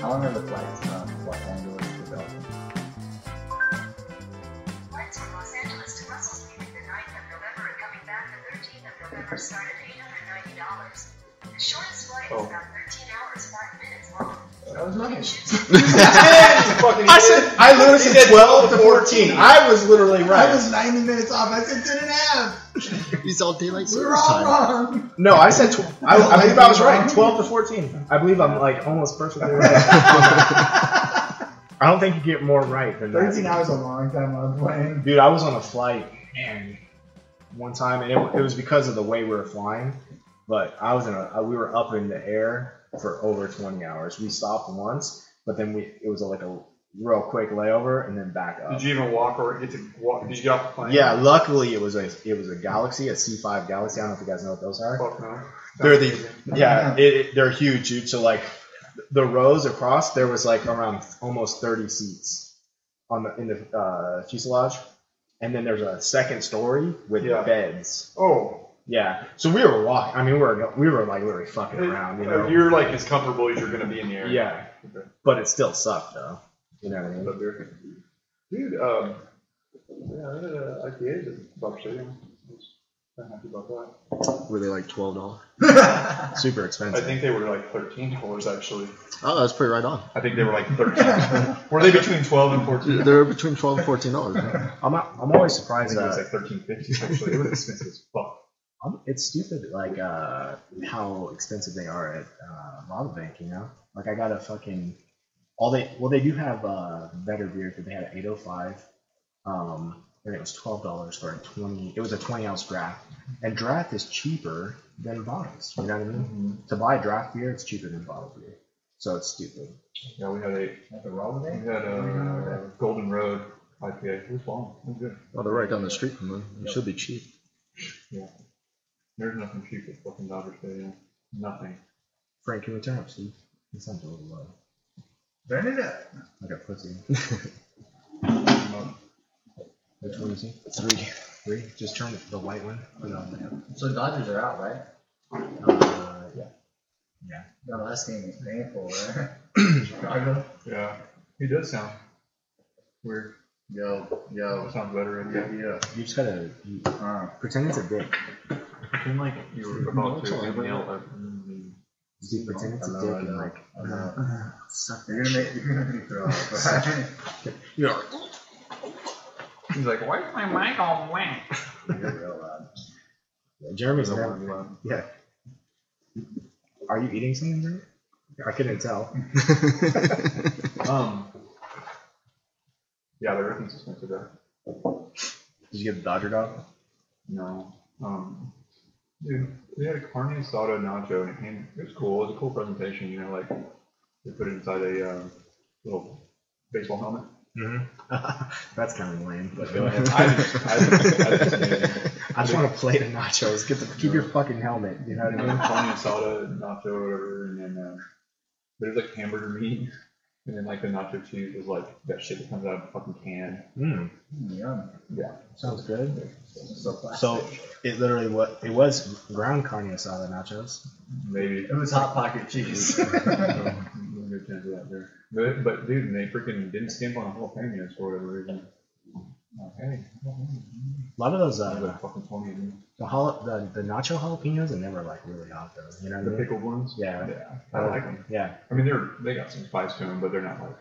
California look like from Los Angeles to Belgium? Flights from Los Angeles to Brussels leaving the 9th of November and coming back the 13th of November start at $890. The shortest flight Oh. is about 13 hours, 5 minutes long. That was mine. I said I literally He said, said 12 to 14. 14. I was literally right. I was 90 minutes off. I said 10 and a half. He's all daylight We savings were all time. wrong. no, I said tw- I, I believe I was right. 12 to 14. I believe I'm like almost perfectly right. I don't think you get more right than that. 13 hours is a long time on a plane. Dude, I was on a flight and one time, and it, it was because of the way we were flying. But I was in a, uh, we were up in the air for over 20 hours. We stopped once, but then we it was like a real quick layover and then back up. Did you even walk or get to walk? Did you get off the plane? yeah, luckily it was a it was a Galaxy, a C5 Galaxy. I don't know if you guys know what those are. Fuck no. They're the yeah, it, it, they're huge, dude. So like the rows across, there was like around almost thirty seats on the in the uh, fuselage, and then there's a second story with Yeah. beds. Oh, Yeah, so we were walking. I mean, we were we were like literally fucking around, you know. are like as comfortable as you're gonna be in the air. Yeah, Okay. but it still sucked though. You know what I mean? But they're- Dude, um, yeah, I had a IPA just about shitting. I was kinda happy about that. Were they like twelve dollars? Super I expensive. think they were like thirteen dollars actually. Oh, that's pretty right on. I think they were like thirteen. were they between twelve and fourteen? They're between twelve and fourteen dollars. man. I'm I'm always I surprised think it was that like thirteen fifty actually. It was expensive as fuck. I'm, Um, it's stupid, like uh, how expensive they are at uh, Lava Bank. You know, like I got a fucking all they well they do have uh, better beer, but they had an 805, um, and it was twelve dollars for a twenty. It was a twenty ounce draft, and draft is cheaper than bottles. You know what I mean? To buy draft beer, it's cheaper than bottled beer, so it's stupid. Yeah, we had a At the wrong we day? had Oh a Golden Road IPA. It was bomb. It was good. Well, they're right down the street from them. It should be cheap. There's nothing cheap at fucking Dodger Stadium. Nothing. Frank, can we turn up, Steve? That sounds a little low, Burn it up. like a pussy. Which one is he? Three. Three? Just turn the white one. Put it on the So Dodgers are out, right? Uh, yeah. The last game was painful, right? Chicago. Yeah, he does sound weird. Yo, yo. That sounds better. in Yeah, here. yeah. You just gotta you, Uh, pretend it's a dick. Pretend like you were about to Totally. yell at me. Just pretend it's a dick and like uh, uh, suck you're gonna make you're gonna make me throw up. right? You're like, He's like, why is my mic all wet? you're real loud. yeah, Jeremy's never. Well, Yeah. Are you eating something, Jeremy? I couldn't tell. Um. Yeah, the references went to that. Did you get the Dodger dog? No. Um. Dude, they had a carne asada nacho, and it, came, it was cool. It was a cool presentation. You know, like they put it inside a um, little baseball helmet. Mm-hmm. That's kind of lame, but go ahead. I just, I just, I just made it. I just want to plate of nachos. Get the keep your fucking helmet. You know what I mean? carne asada, nacho, whatever, and then um, there's like hamburger meat, and then like the nacho cheese is like that shit that comes out of a fucking can. Mm, Mm, yum. sounds good. So plastic. So it literally what it was ground carne asada nachos. Maybe it was hot pocket cheese. no good chance of that there. But, but dude, and they freaking didn't skimp on jalapenos for whatever reason. Okay. A lot of those That was uh, like fucking twenty. of them. the, jala- the the nacho jalapenos and they were like really hot though. You know what The I mean? pickled ones. Yeah. Yeah. I like them. Yeah. I mean, they're they got some spice to them, but they're not like,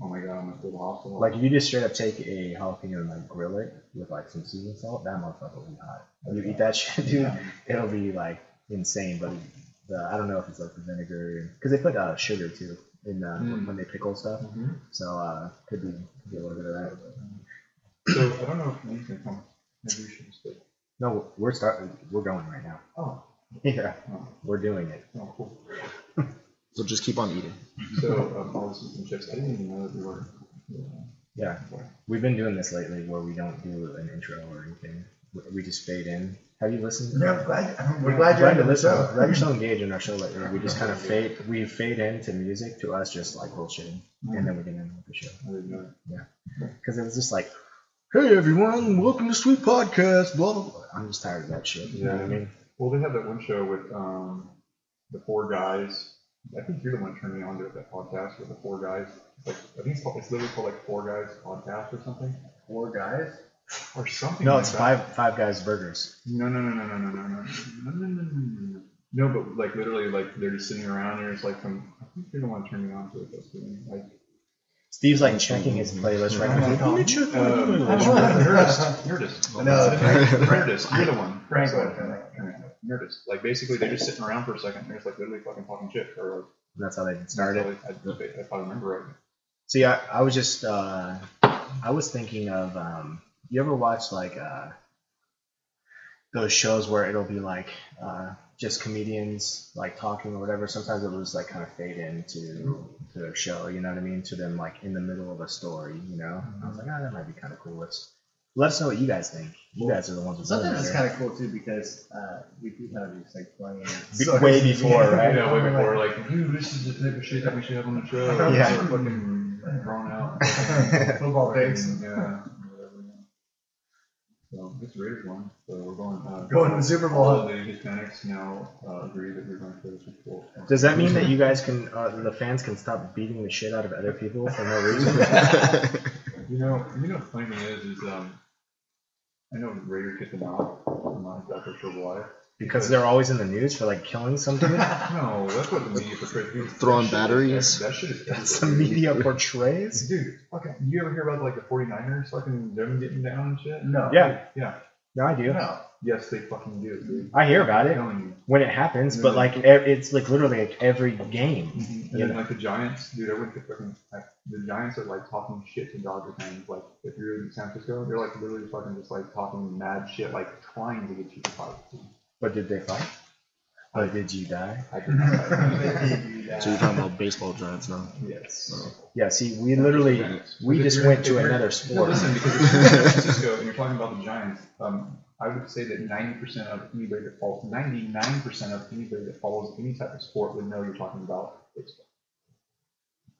oh my god, I'm gonna feel awful. Like if you just straight up take a jalapeno and like grill it with like some seasoning salt, that motherfucker will be hot. You eat that shit, dude, it'll be like insane. But the, I don't know if it's like the vinegar because they put uh, sugar too in uh, Mm. when they pickle stuff, Mhm. so uh, could be could be a little bit of that. So I don't know if these can come. Maybe we should just. do it. No, we're starting. We're going right now. Oh. Yeah, Oh. we're doing it. Oh, cool. so just keep on eating. So, um, all this is some chips. I didn't even know that they were. Yeah, we've been doing this lately where we don't do an intro or anything. We- We just fade in. Have you listened? Yeah, I'm glad, we're I'm glad you're on the listening. show. Glad you're still engaged in our show lately. We just kind of fade, we fade into music to us just like bullshitting, and then we can end with the show. I didn't know that. Because it was just like, hey everyone, welcome to Sweet Podcast, blah blah blah. I'm just tired of that shit. You know what I mean? Well, they had that one show with um, the four guys I think you're the one turning me on to that podcast with the four guys. It's like I think it's, called, it's literally called like Four Guys Podcast or something Four guys? or something. No, like it's that. five Five Guys Burgers. No, no, no, no, no, no, no, no, no, no, no, no, no, no. No, but like literally, like they're just sitting around and it's like some. I think you're the one turning me on to it. That's doing like. Steve's like checking his playlist right Mm-hmm. now. He's like, "Let me check my Um, playlist." Nerdist, Nerdist, No, Frank- Nerdist. You're the one. Frank would Sorry. have been like, Nerdist. Like basically, they're just sitting around for a second. and They're just like literally fucking talking shit or like. That's how they started. I, I, if I remember right. See, I, I was just uh, I was thinking of um, you ever watch like uh, those shows where it'll be like uh, just comedians like talking or whatever. Sometimes it was like kind of fade into to their show, you know what I mean? To them like in the middle of a story, you know. I was like, oh, that might be kind of cool. Let's let us know what you guys think. You guys are the ones. that Sometimes it's kind of cool too because uh, we do have these like funny. Be- way before, Yeah, right? way before, like, dude, this is the type of shit that we should have on the show. Like, Yeah. they're Fucking drawn out. Football things. Fucking, Yeah. whatever, yeah. So, this Raiders one, so we're going, uh. Going to the Super Bowl. All of the Hispanics now, uh, agree that we're going to the Super Bowl. Does that mean that you guys can, uh, the fans can stop beating the shit out of other people for no reason? You know, you know, the funny thing is, is, um, I know Raiders get them out, I'm not exactly sure why. because they're always in the news for like killing something. No, that's what the media portrays. Dude, Throwing that shit is- batteries. That shit is. That's the media portrays. Dude, fucking, you ever hear about like the 49ers fucking them getting down and shit? No. Yeah, Yeah. no, I do. No. Yes, they fucking do, dude. I hear about I'm it telling you. when it happens, but like e- it's like literally like every game. And Mm-hmm. Yeah. then like the Giants, dude, I went to fucking like, the Giants are like talking shit to Dodger fans. Like if you're in San Francisco, they're like literally fucking just like talking mad shit, like trying to get you to fight. But did they fight? Or did you die? I did not fight. so you're talking about baseball giants now. yes. No. Yeah. See, we literally we If just you're- went if to you're- another No, sport. listen, because if you're in San Francisco and you're talking about the Giants, um, I would say that 90% of anybody that follows, 99% of anybody that follows any type of sport would know you're talking about baseball.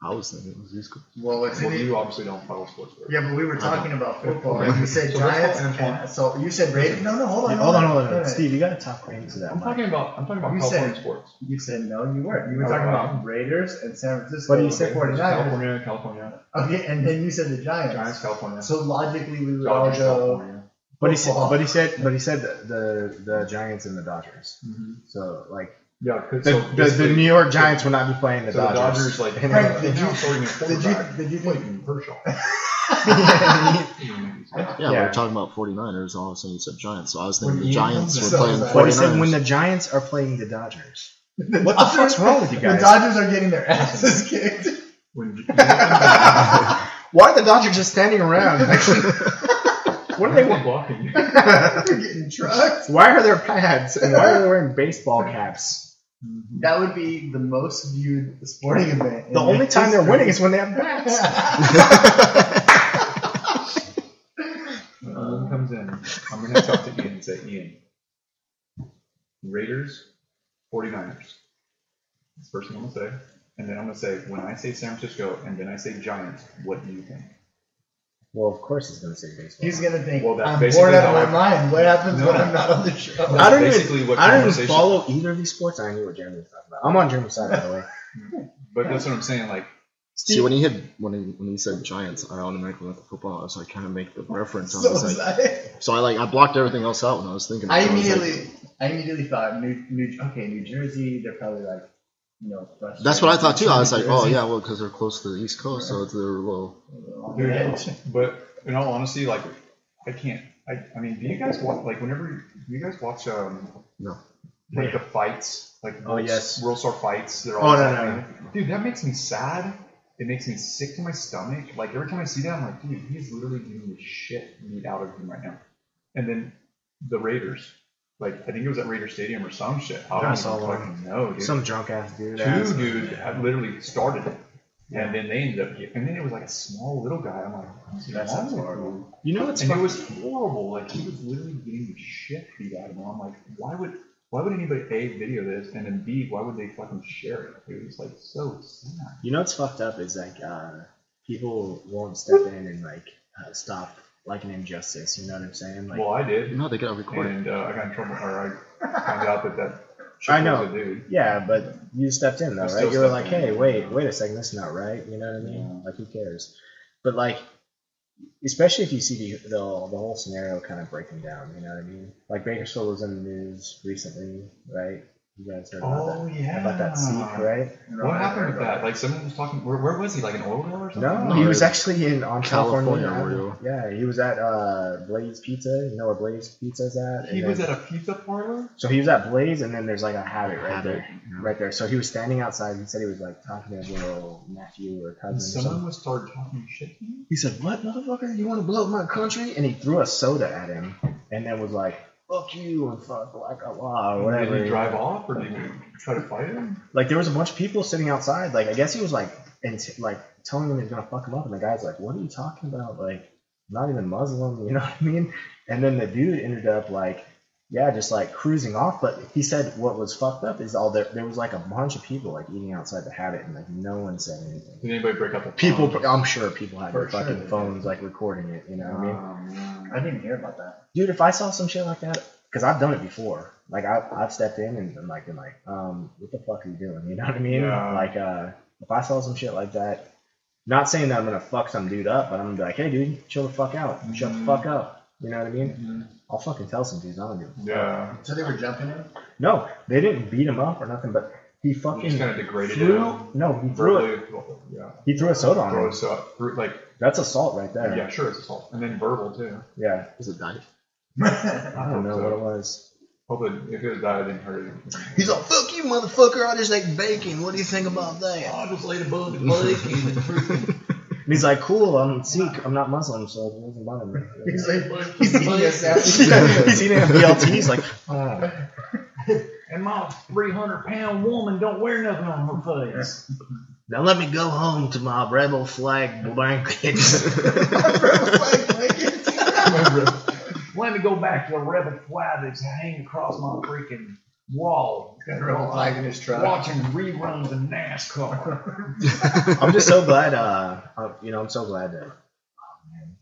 I was thinking it was useful. Well, it's Well, in you obviously don't follow sports. Right? Yeah, but we were talking about football. and You said So that's called Giants. Antoine. and- So you said Raiders. No, no, hold on. Yeah, hold on, hold on, No, no. Steve. You gotta talk right into that. I'm mic. talking about I'm talking about You California said- sports. You said no, you weren't. You were I talking was. about Raiders and San Francisco. What do you say? and 49ers. California, California, Okay, and then you said the Giants. Giants, California, So logically, we would all Dodgers, go. California. But he said, football. but he said, but he said the the, the Giants and the Dodgers. So like Yeah, 'cause- the, so the, the basically- New York Giants will not be playing the So the Dodgers. Dodgers, like, And Right, did they're now you- starting their Did you quarterback, did you think Clayton Kershaw. Yeah, we Yeah. were talking about 49ers. All of a sudden you said Giants. So I was thinking When the you- Giants so- were playing the but but he said when 49ers. the Giants are playing the Dodgers. the What the fuck's wrong with you The guys? Dodgers are getting their asses kicked. When you- when Why are the Dodgers just standing around? what are they? you're blocking, They're getting trucked. Why are there pads and why are they wearing baseball caps? That would be the most viewed sporting event. in The only time they're history. winning is when they have bats. When Owen comes in, I'm going to talk to Ian and say, Ian, Raiders, 49ers. That's the first thing I'm going to say. And then I'm going to say, when I say San Francisco and then I say Giants, what do you think? Well, of course he's gonna say baseball. He's gonna think Well, that's I'm basically bored out of how my I- mind. What happens when No. I'm not on the show? I don't Basically even. what I don't even conversation- follow either of these sports. I knew what Jeremy was talking about. I'm on Jeremy's side, by the way. But that's what I'm saying. Like, See, when he had when he, when he said Giants, I automatically went to football. I was like, kind of make the reference. I So was like, excited. so I like I blocked everything else out when I was thinking. I So was like, immediately, I immediately thought New, New, okay, New Jersey. They're probably like, you know, frustrated. That's what I thought too. I was like, New oh Jersey. yeah, well, because they're close to the East Coast, so it's they're a little. dude, Yeah. but in all honesty, like, I can't. I, I mean, do you guys watch, like, whenever do you guys watch, um, No. like the fights, like, Oh, World- yes. World Star fights? They're Oh, all no, no, Dude, that makes me sad. It makes me sick to my stomach. Like every time I see that, I'm like, dude, he's literally getting the shit beat out of him right now. And then the Raiders, like I think it was at Raider Stadium or some shit. I Yeah, I don't saw even one. fucking know, dude. Some drunk ass dude. Two ass. dudes had literally started it, and then they ended up. And then it was like a small little guy. I'm like, what's That wrong sounds with horrible. you? You know what's and fu- it was horrible. Like he was literally getting the shit beat out of him. I'm like, why would why would anybody a video this and then b why would they fucking share it? It was like so sad. You know what's fucked up is like uh, people won't step in and like uh, stop like an injustice. You know what I'm saying? Like Well, I did, No, they got recorded. and uh, I got in trouble, or I found out that that I know. Chipotle dude. Yeah, but you stepped in though, right? You still You were stepped like, in. hey, wait, wait a second, that's not right. You know what I mean? Like, who cares? But like, especially if you see the the, the whole scenario kind of breaking down. You know what I mean? Like Bakersfield was in the news recently, right? You guys heard about Oh yeah. that about that seek, right? What happened with that? Like someone was talking. Where, where was he? Like an oil well or something? No, he was it- actually in on California. California, were Avenue. yeah, he was at uh, Blaze Pizza. You know where Blaze Pizza's at? He And was then- at a pizza parlor. so he was at Blaze, and then there's like a habit right Habit, there. right there. So he was standing outside. He said he was like talking to his little nephew or cousin. And Or someone something. was started talking shit to him. He said, "What, motherfucker? You want to blow up my country?" And he threw a soda at him, and then was like, "Fuck you and fuck like a law or whatever." Did he drive off or did he try to fight him? Like there was a bunch of people sitting outside. Like I guess he was like and like telling him he's gonna fuck him up, and the guy's like, "What are you talking about? Like, I'm not even Muslim, you know what I mean?" And then the dude ended up like, yeah, just like cruising off. But he said what was fucked up is all there. There was like a bunch of people like eating outside the habit, and like no one said anything. Did anybody break up the People, I'm sure people had their Um, For sure fucking they did. phones like recording it. You know what I mean? Oh, I didn't hear about that. dude, if I saw some shit like that, because I've done it before. Like I, I've stepped in and I'm like, been like, um, what the fuck are you doing? You know what I mean? Yeah. Like, uh, if I saw some shit like that, not saying that I'm gonna fuck some dude up, but I'm gonna be like, hey, dude, chill the fuck out, shut the Mhm. fuck up. You know what I mean? Mhm. I'll fucking tell some dudes. I don't give a fuck. Yeah. So they were jumping in? No, they didn't beat him up or nothing, but he fucking Just kind of degraded threw. him. No, he threw it. Verbally, yeah. He threw a soda on Throw him. us up. Threw- Like, That's assault right there. yeah, sure, it's assault. And then verbal, too. Yeah. Is it knife? I don't know what it was. Hopefully, if it was that, I didn't hurt him. He's like, fuck you, motherfucker. I just ate bacon. What do you think about that? I just laid above the lake. And he's like, cool, I'm Sikh, I'm not Muslim, so it doesn't bother me. He's like, he's eating us out. Yeah, he's eating a BLT, he's like, oh. Ah. and my 300 pound woman don't wear nothing on her face. now let me go home to my rebel flag blankets. Let me go back to the rebel flag that's hanging across my freaking wall. Got a rebel flag in his truck. Watching reruns of NASCAR. I'm just so glad, uh, uh, you know, I'm so glad that, oh, man.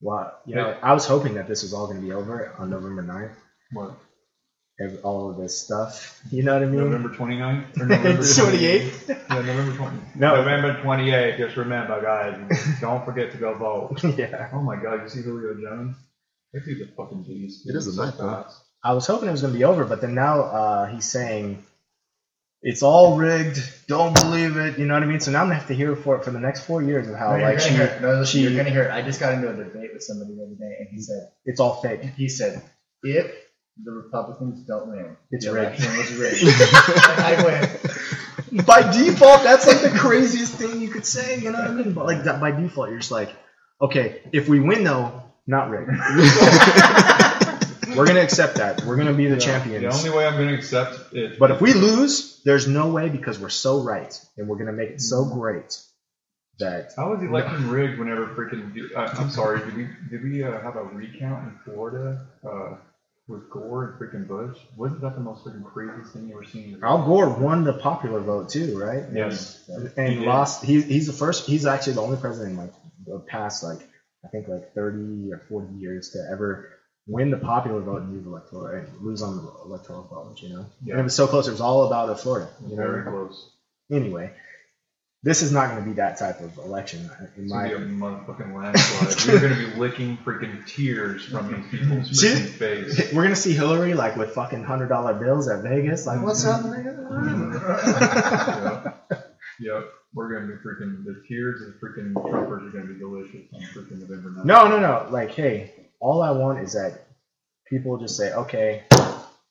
Wow, you know, I was hoping that this was all going to be over on November 9th, What? ev- all of this stuff, you know what I mean? November 29th? Or November It's 28th. Yeah, November 20th. No. November 28th. Just remember, guys. Don't forget to go vote. yeah. Oh my God, you see Julio Jones? That dude's a fucking genius. It is a He's so knife, huh? fast. I was hoping it was going to be over, but then now uh, he's saying it's all rigged. Don't believe it. You know what I mean? So now I'm gonna have to hear for it for the next four years of how No, you're Oh, like gonna she, hear it. No, listen, you're she- gonna hear it. I just got into a debate with somebody the other day, and he said, it's all fake. he said, if the Republicans don't win, It's the rigged." election was rigged. and I went, By default, that's like the craziest thing you could say. You know what I mean? But like that, by default, you're just like, okay, if we win though, not rigged. We're gonna accept that. We're gonna be the Yeah. champions. The only way I'm going to accept it. but if we lose, there's no way because we're so right and we're gonna make it so great that How was the election rigged whenever freaking. dude- I, I'm sorry, did we did we uh, have a recount in Florida uh, with Gore and freaking Bush? Wasn't that the most freaking craziest thing you ever seen? Al Gore won the popular vote too, right? Yes. and He did. lost. He's he's the first. He's actually the only president in like the past like I think like thirty or forty years to ever win the popular vote and lose the electoral and lose on the electoral college. You know, and Yeah. it was so close. It was all about uh, Florida. You Very know. close. Anyway, this is not going to be that type of election in It's my. gonna be a motherfucking landslide. We're gonna be licking freaking tears from these people's Shit. freaking face. We're gonna see Hillary like with fucking hundred dollar bills at Vegas. Like, what's Mm-hmm. up? Yep. Yep. We're gonna be freaking the tears of freaking Trumpers are gonna be delicious on freaking November 9th. No, no, no. Like, hey, all I want is that people just say, okay,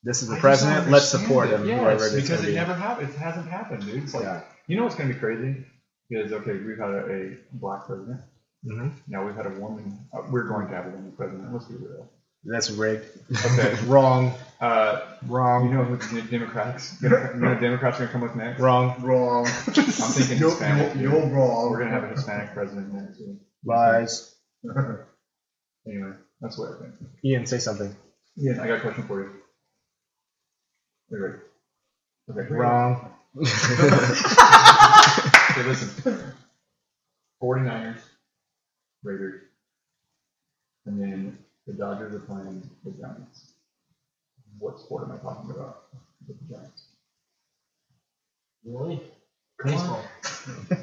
this is the I just president. don't Let's understand support it. him. Yes, whoever it is because gonna it be. never happened. It hasn't happened, dude. It's like Yeah. you know what's gonna be crazy is okay. We've had a, a black president. Mhm. Now we've had a woman. Uh, we're going to have a woman president. Let's be real. That's rigged. Okay. Wrong. uh, you Wrong. know who the Democrats? You know Democrats are gonna come with next. Wrong. wrong. I'm thinking You're, Hispanic. you're, you're wrong. We're gonna have a Hispanic president next year. Lies. Anyway, that's what I think. Ian, say something. Yeah, I got a question for you. Wait, wait. Okay, wait. Wrong. Okay, listen. 49ers, Raiders, and then the Dodgers are playing the Giants. What sport am I talking about? with the Giants. Really? Come on. Baseball.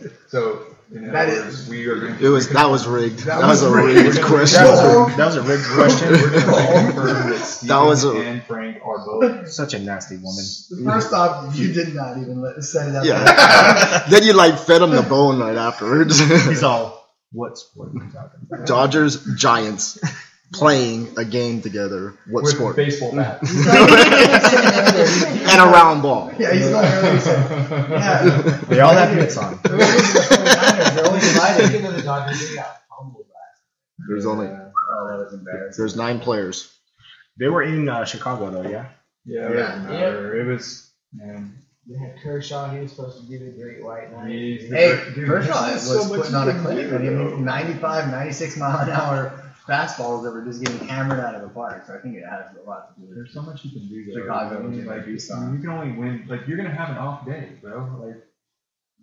So in That other is- words, we are going to. It was that was rigged. That, was, a rigged, question. That That was a rigged We're question. going to confirm that Steven was a- and Frank are both. Such a nasty woman. First off, you did not even let, set it up. Yeah. then you like fed him the bone right afterwards. He's all, what sport are you talking about? Dodgers Giants playing a game together. What with sport? Baseball bat. He's like- and a round ball. yeah, he's going early. so- Yeah. They all have mitts on. They're only the 49ers, they're only divided. Speaking of the Dodgers, they got humbled by. There's only Oh, that was embarrassing. there's nine players. They were in uh, Chicago though, yeah. Yeah, it Yeah. doesn't matter. It was. Man, They had Kershaw. He was supposed to be the great white knight. He's the- Hey, Dude, Kershaw there's was so much putting on you a can clinic. do, I though. mean, 95, 96 mile an hour fastballs that were just getting hammered out of the park. So I think it has a lot to do with it. there's so much you can do. Though. Chicago, I mean, Jimmy like, you Tucson. can only win. Like you're gonna have an off day, bro. Like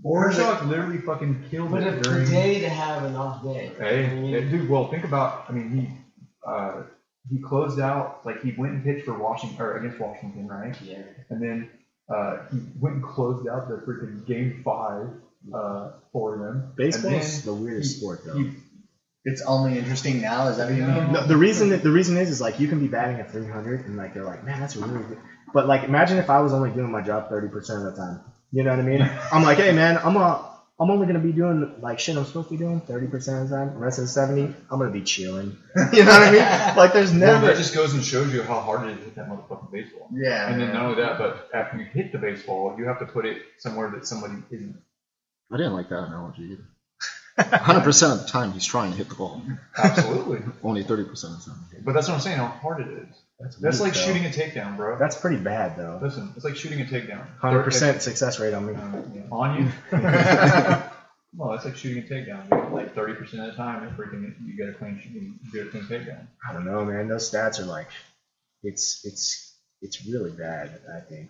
Or Kershaw literally fucking killed But it a during. day to have an off day. Hey, I mean, hey, dude. Well, think about. I mean, he uh, he closed out like he went and pitched for Washington or against Washington, right? yeah. And then uh, he went and closed out the freaking game five uh, for them. Baseball And is the weirdest sport then though. he- it's only interesting now. Is that what you mean? No, the reason that the reason is is like you can be batting at 300 and like they're like, man, that's really good. But like imagine if I was only doing my job 30 percent of the time. You know what I mean? I'm like, hey man, I'm a I'm only gonna be doing like shit I'm supposed to be doing 30 percent of the time. The rest of the 70, I'm gonna be chilling. You know what I mean? Like there's well, never that just goes and shows you how hard it is to hit that motherfucking baseball. Yeah. And then yeah. not only that, but after you hit the baseball, you have to put it somewhere that somebody isn't. I didn't like that analogy either. 100% of the time he's trying to hit the ball. Absolutely. Only 30% of the time. but that's what I'm saying, how hard it is. That's like shooting a takedown, bro. That's pretty bad though. Listen, it's like shooting a takedown. 100 percent success rate on me. Um, yeah, On you. well, that's like shooting a takedown. dude. Like 30% of the time, you're freaking, you get a clean, you get a clean takedown. I don't know, man. Those stats are like, it's it's it's really bad. I think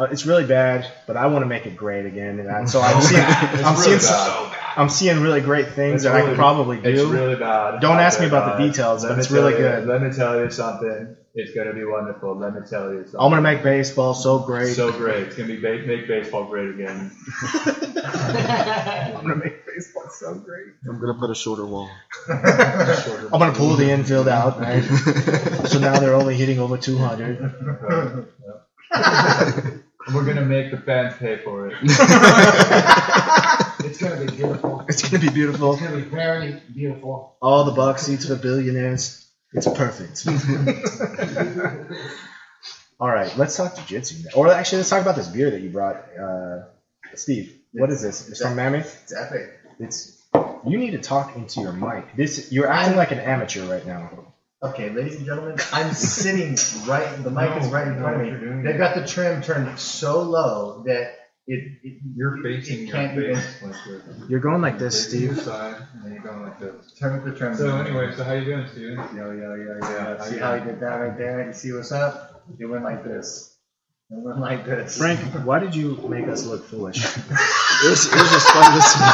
uh, it's really bad, but I want to make it great again. And I, so I'm seeing I'm really seeing some, bad. I'm seeing really great things It's that I really- could probably It's do. really bad. Don't ask me Oh, about the God. details, Let but me it's really tell you- good. Let me tell you something. It's gonna be wonderful. Let me tell you something. I'm gonna make baseball so great. so great. It's gonna be ba- make baseball great again. I'm gonna make baseball so great. I'm going to put a shorter wall. I'm gonna pull the infield out, right? so now they're only hitting over 200. and Uh, we're gonna make the fans pay for it. It's gonna be beautiful. It's gonna be beautiful. It's gonna be very beautiful. All the box seats for the billionaires. It's perfect. All right, let's talk jujitsu. now. Or actually, let's talk about this beer that you brought, uh, Steve. What is this? It's from Mammoth. It's epic. It's you need to talk into your mic. This you're acting like an amateur right now. Okay, ladies and gentlemen, I'm sitting right. The mic is right in front of me. They've got the trim turned so low that it, it You're it- facing it your can't even face. like you're- You're going like you're this, facing your Steve. Side, and then you're going like this. turn with the trim. So anyway, so how you doing, Steven? yo yo yo Yeah, yo. I- See how he did that right there? You see what's up? It went like this. It went like this. Frank, why did you make us look foolish? It was, it was just fun to see.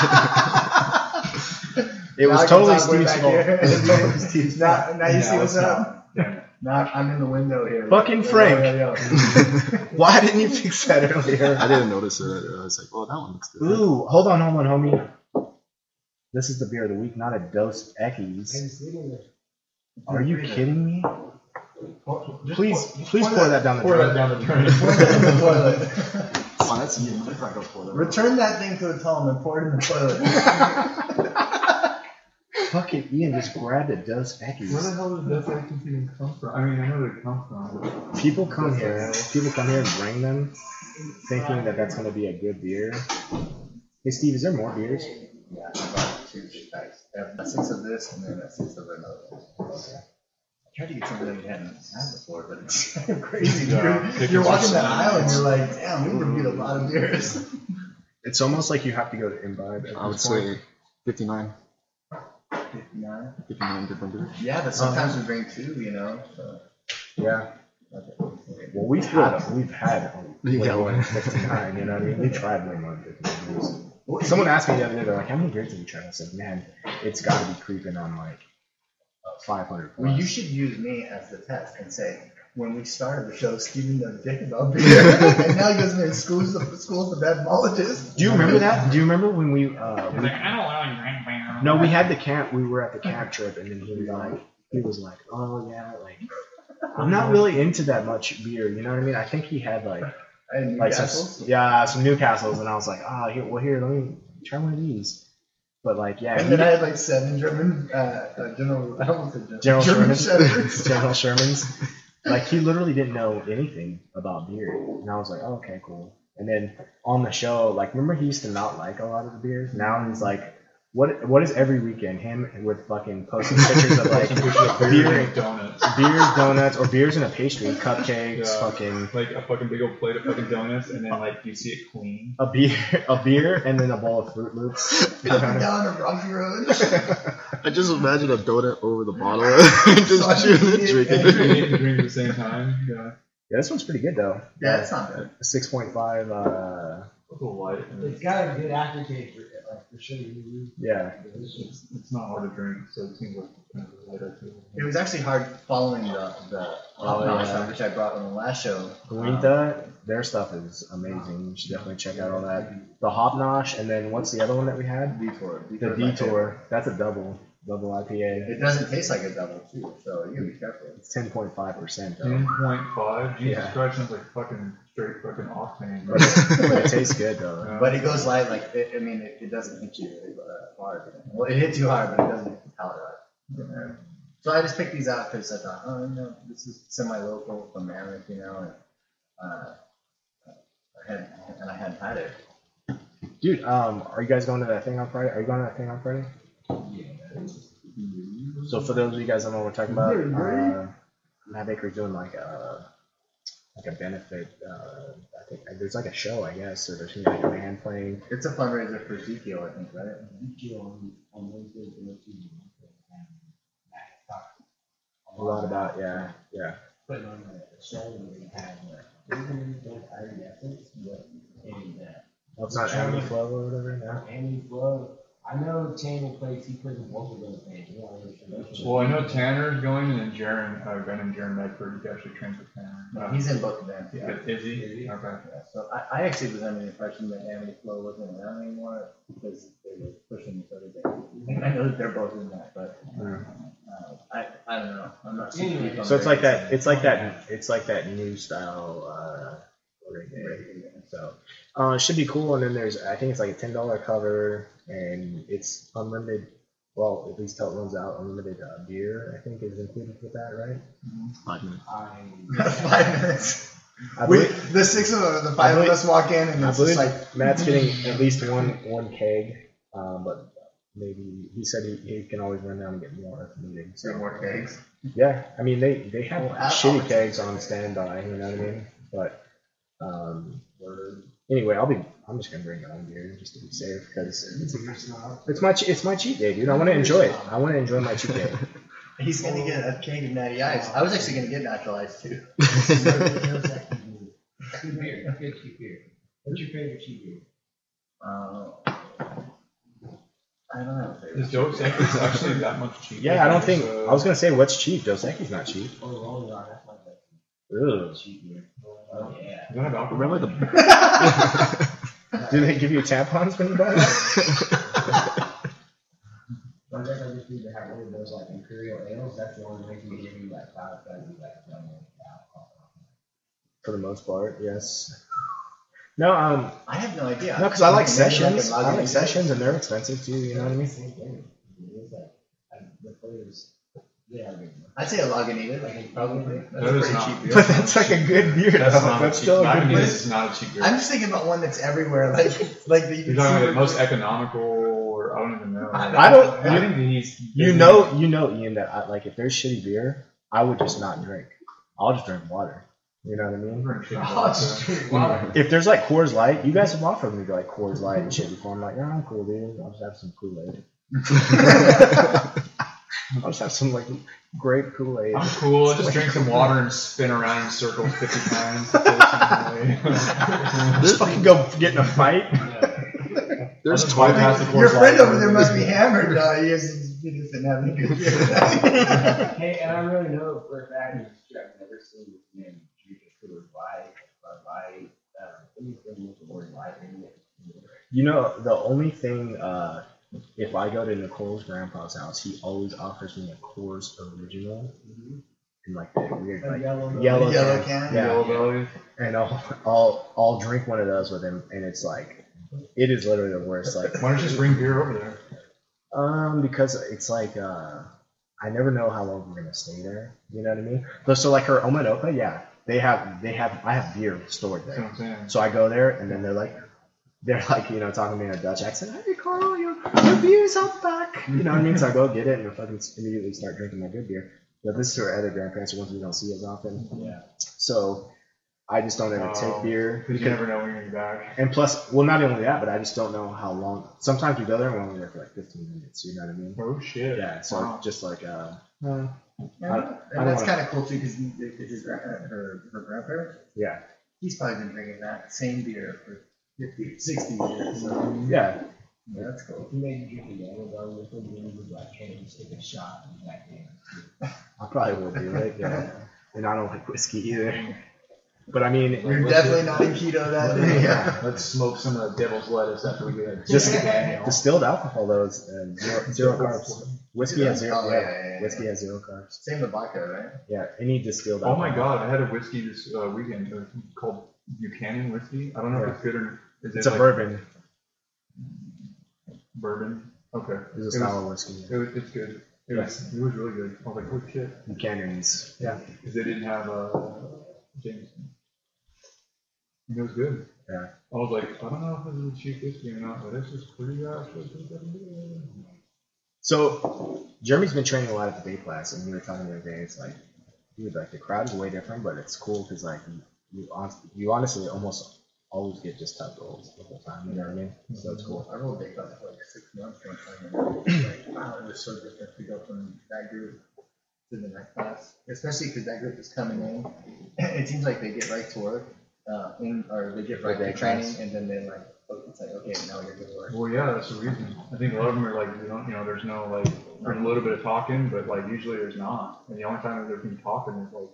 It Now was I can totally talk way Steve's back fault. here. It was Steve's- now, now you Yeah, see what's it's up? not. Damn it. Now I'm in the window here. Fucking Yo, yo, Frank. yo, yo. Why didn't you fix that I earlier? didn't notice it. I was like, oh, that one looks good. Ooh, hold on, hold on, homie. This is the beer of the week, not a dose Eckies. It's leaving the- Are you kidding me? Just Please, pour- just please pour that down the Pour that drain. down the drain. Put it in the toilet. Oh, that's you. I forgot to pour that. Return that thing to its home and pour it in the toilet. Fucking Ian just grabbed a dose Eckies. Where the hell does that vacuum even come from? I mean, I know where it comes from. People come here. People come here and bring them, thinking that that's gonna be a good beer. Hey Steve, is there more beers? yeah, I bought two bags. I have six of this and then a six of another. one. I tried to get something that we hadn't had before, but it's kind of crazy. Yeah, you're tickets you're are walking that aisle selling. and you're like, damn, we would get a lot of beers. It's almost like you have to go to imbibe. at I would this point. say 59, Fifty-nine. 59 different beers. Yeah, Uh-huh. but sometimes we bring two, you know. So. Yeah. Okay. Well, we've had we've had um, way Yeah. more than fifty nine. You know what I mean? We tried way more than fifty nine beers. Someone asked me the other day, they're like, "How many beers did you try?" I said, "Man, it's got to be creeping on like five hundred Well, you plus." should use me as the test and say, when we started the show, Steven a dick about beer, and now he goes in there and schools the schools the etymologist. Do you remember that? Do you remember when we? Uh, He's we like, I don't want to drink beer. no, we had the camp. We were at the camp trip, and then he was like, he was like, oh yeah, like I'm not really into that much beer. You know what I mean? I think he had like And like some, Newcastle's. yeah, some Newcastle's, and I was like, ah, here, well, here, let me try one of these. But like, yeah, And he- then I had like seven German, uh, uh, General, I almost said General General, German Sherman. Shepherds. General Sherman's. Like he literally didn't know anything about beer, and I was like, oh, okay, cool. And then on the show, like remember he used to not like a lot of the beers. Now he's like, what? What is every weekend him with fucking posting pictures of like beer beer, and donuts. beers, donuts, or beers and a pastry, cupcakes, Yeah. fucking Like a fucking big old plate of fucking donuts, and then like you see it clean. a beer, a beer, and then a bowl of Fruit Loops. Coming down a rocky road. I just imagine a donut over the bottle and just chewing and And drinking. drink and drink at the same time. Yeah. Yeah, this one's pretty good though. yeah, that's not bad. six point five. Uh, A little light. and It's It's, got a good aftertaste for it, like for sure. You- yeah, it's, it's not hard to drink, so it seems like kind of lighter too. It was actually hard following the the Oh, Hobnob yeah. stuff, which I brought on the last show. Guinta, their stuff is amazing. You should definitely check out all that. The Hobnosh, and then what's the other one that we had? Detour. The is my favorite. Detour. That's a double, double IPA. It doesn't taste like a double too, so you gotta be careful. It's ten point five percent though, Ten point five. Jesus Yeah. Christ, sounds like fucking straight fucking octane. but it, but it tastes good though. But it goes light, like it, I mean, it, it doesn't hit you uh, hard. Well, it hits you hard, but it doesn't hit the palate hard. So I just picked these out because I thought, oh, you know, this is semi-local from Mammoth, you know, and uh, I had and I hadn't had it. Dude, um, are you guys going to that thing on Friday? Are you going to that thing on Friday? So for those of you guys that don't know what we're talking about, uh, Matt Baker's doing like a like a benefit. Uh, I think there's like a show, I guess. So there's gonna be like a band playing. It's a fundraiser for Ezekiel, I think, right? A lot about yeah, yeah. Putting on the show that we have, like, even though I already have this, but in that. Well, it's not Amity Flow or whatever. Andy Flow. I know Chandler plays. He plays in both of those bands. You know, he's- Well, I know Tanner's going, and then Jaron, uh, Ben and Jaron Medford you actually trained with Tanner. Oh, No, he's in both of them. yeah. Uh, Is he? Okay. Yeah, So I, I actually was under the impression that Amity Flow wasn't around anymore because they were pushing this other thing. And I know that they're both in that, but No. uh, I, I don't know. I'm not. super Anyway, deep on So it's like reggae. that. It's like that. It's like that new style. Uh, reggae, reggae. So uh, it should be cool. And then there's I think it's like a ten dollar cover, and it's unlimited. Well, at least till it runs out, unlimited uh, beer I think is included with that, right? Five minutes. I, five minutes. I We, believe, the six of us, the five of us walk in, and I it's just believe like Matt's getting at least one one keg, um, but maybe he said he, he can always run down and get more if needed. So three more kegs. Yeah, I mean they they have Well, I- I shitty would- kegs on standby. You know what I mean? But um, anyway, I'll be I'm just gonna bring my own beer just to be safe because it's, it's my che- it's my cheat day, dude. I want to enjoy it. I want to enjoy my cheat day. He's gonna get a keg of natty ice. I was actually gonna get natural ice too. good beer. Good cheap beer. What's your favorite cheap beer? Uh, I don't have a favorite. Is Joe Sankey's actually that much cheaper? yeah, I don't think So- I was gonna say what's cheap. Dos Equis not cheap. Oh, Long Rock. That's my favorite Ugh. cheap beer. Oh yeah. Is that about Remember the Do they give you tampons when you buy that? I guess I just need to have one of those like imperial ales. That's the only way we give you like five thousand like double alcohol. For the most part, yes. No, um, I have no idea. no, because I like Maybe sessions. a I like lager. sessions, and they're expensive too. You know what I mean? Same thing. It's like I, the flavors. Yeah, I mean, I'd say a Lagunitas. I think probably that's That is pretty not- cheap. beer. But that's like a good beer. That's though. not a That's cheap. still a good Not even beer. this is not a cheap beer. I'm just thinking about one that's everywhere, like like that you You're can talking about the see. most economical, or I don't even know. I- I don't. I You, think he's. you know, you know, Ian, that I, like if there's shitty beer, I would just not drink. I'll just drink water. You know what I mean? I'll Oh, just drink water. If there's like Coors Light, you guys have offered me like Coors Light and shit before. I'm like, nah, I'm cool, dude. I'll just have some Kool Aid. I'll just have some like grape Kool Aid. I'm cool. I just drink some water and spin around in circles 50 times. I'll Just fucking go get in a fight. there's just toilet bypass the Coors Your friend Light. over there must be hammered. Uh, he is, he is didn't have any good year. Hey, and I really know for a fact that I've never seen this man Jesus who was light, but light, uh, anything with the word light in it. You know, the only thing, uh, if I go to Nicole's grandpa's house, he always offers me a Coors Original and like that weird, A like, yellow. Yellow Yellow can. can. Yeah. Yellow bellies. and I'll, I'll, I'll drink one of those with him, and it's like, it is literally the worst. Like, Why don't you just bring beer over there? Um, because it's like uh, I never know how long we're gonna stay there. You know what I mean? But so like her Omanoka, yeah, they have they have I have beer stored That's what there. I'm saying. So I go there and then they're like they're like you know talking to me in a Dutch accent. Hey Carl, your your beer's out back. You know what I mean? So I go get it and I fucking immediately start drinking my good beer. But this is her other grandparents, the ones we don't see as often. Yeah. So I just don't ever Oh, take beer Because you never know when you're gonna be back. and plus, well, not only that, but I just don't know how long. Sometimes we go there and we're only there for like 15 minutes. You know what I mean? Oh shit. Yeah. So Wow. just like, uh, Yeah, I- I and that's don't kind of cool too because his gra- her her grandparents. yeah, He's probably been drinking that same beer for 50, 60 years. So yeah, yeah, that's cool. He made you drink a yellow bell with him, then he would like, hey, just take a shot and that thing. I probably will be right. Yeah. And I don't like whiskey either. But I mean, You're definitely not in keto that day. yeah, Let's smoke some of the devil's lettuce after we get just distilled alcohol though is uh, zero, zero carbs. Whiskey has zero. Oh, yeah, yeah. yeah, yeah, Whiskey yeah. has zero carbs. Same with vodka, right? Yeah, any distilled. Oh my alcohol. god, I had a whiskey this uh, weekend uh, called Buchanan whiskey. I don't know if it's good or is It's it a like bourbon. bourbon? Okay, It's a It style was, of whiskey. it was it's good. It was it was really good. I was like, oh shit, Buchanan's. Yeah. because they didn't have uh, Jameson. And it was good. Yeah. I was like, I don't know if this is a cheap whiskey or not, but this is pretty ass. whiskey. So Jeremy's been training a lot at the day class, and we were talking the other day. It's like, dude, like the crowd is way different, but it's cool because like you, you, hon- you honestly almost always get just tough goals the whole time. You know what I mean? So it's cool. I rolled big class for like six months one time. And I was like, wow, it was so different to go from that group to the next class, especially because that group is coming in. It seems like they get right to work, uh, in, or they get right day to training, class. and then they like, oh, it's like, okay, now you're good to work. Well, yeah, that's the reason. I think a lot of them are like, you don't, you know, there's no like, there's a little bit of talking, but like usually there's not. And the only time that there can be talking is like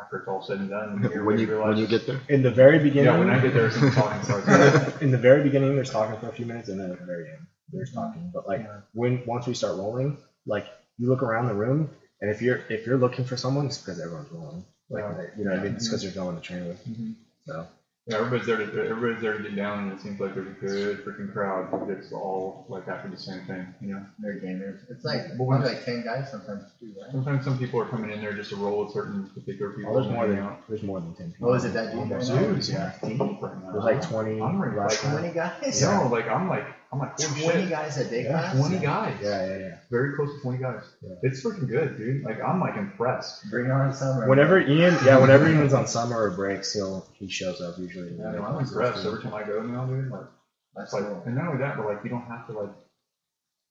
after it's all said and done. and when everybody you when you realizes- get there. In the very beginning, yeah, when I get there, some talking starts. in the very beginning, there's talking for a few minutes, and then at the very end, there's talking. But like when once we start rolling, like you look around the room, and if you're if you're looking for someone, it's because everyone's rolling. Like Yeah. you know what I mean? It's because there's no one to train with. Mhm. So Yeah, everybody's there to everybody's there to get down, and it seems like there's a good freaking crowd that gets all like after the same thing. You know, They're gamers. It's like, But when- probably like ten guys sometimes too, right? sometimes some people are coming in there just to roll with certain particular people. oh, there's and more hang than out. there's more than ten people. Oh, is it that deep? Almost. right now? Dude, yeah, deep right now. There's like 20 I'm really last like- time. Twenty guys? No, like I'm like I'm like holy Twenty shit. guys a day Yeah, class? Twenty guys. Yeah, yeah, yeah. Very close to twenty guys. Yeah. It's freaking good, dude. Like I'm like impressed. Bring on summer. Whenever Ian, yeah, whenever Ian's on summer or breaks, he'll he shows up usually. You know, I'm impressed every time I go now, dude. Like That's It's like, cool. and not only that, but like you don't have to like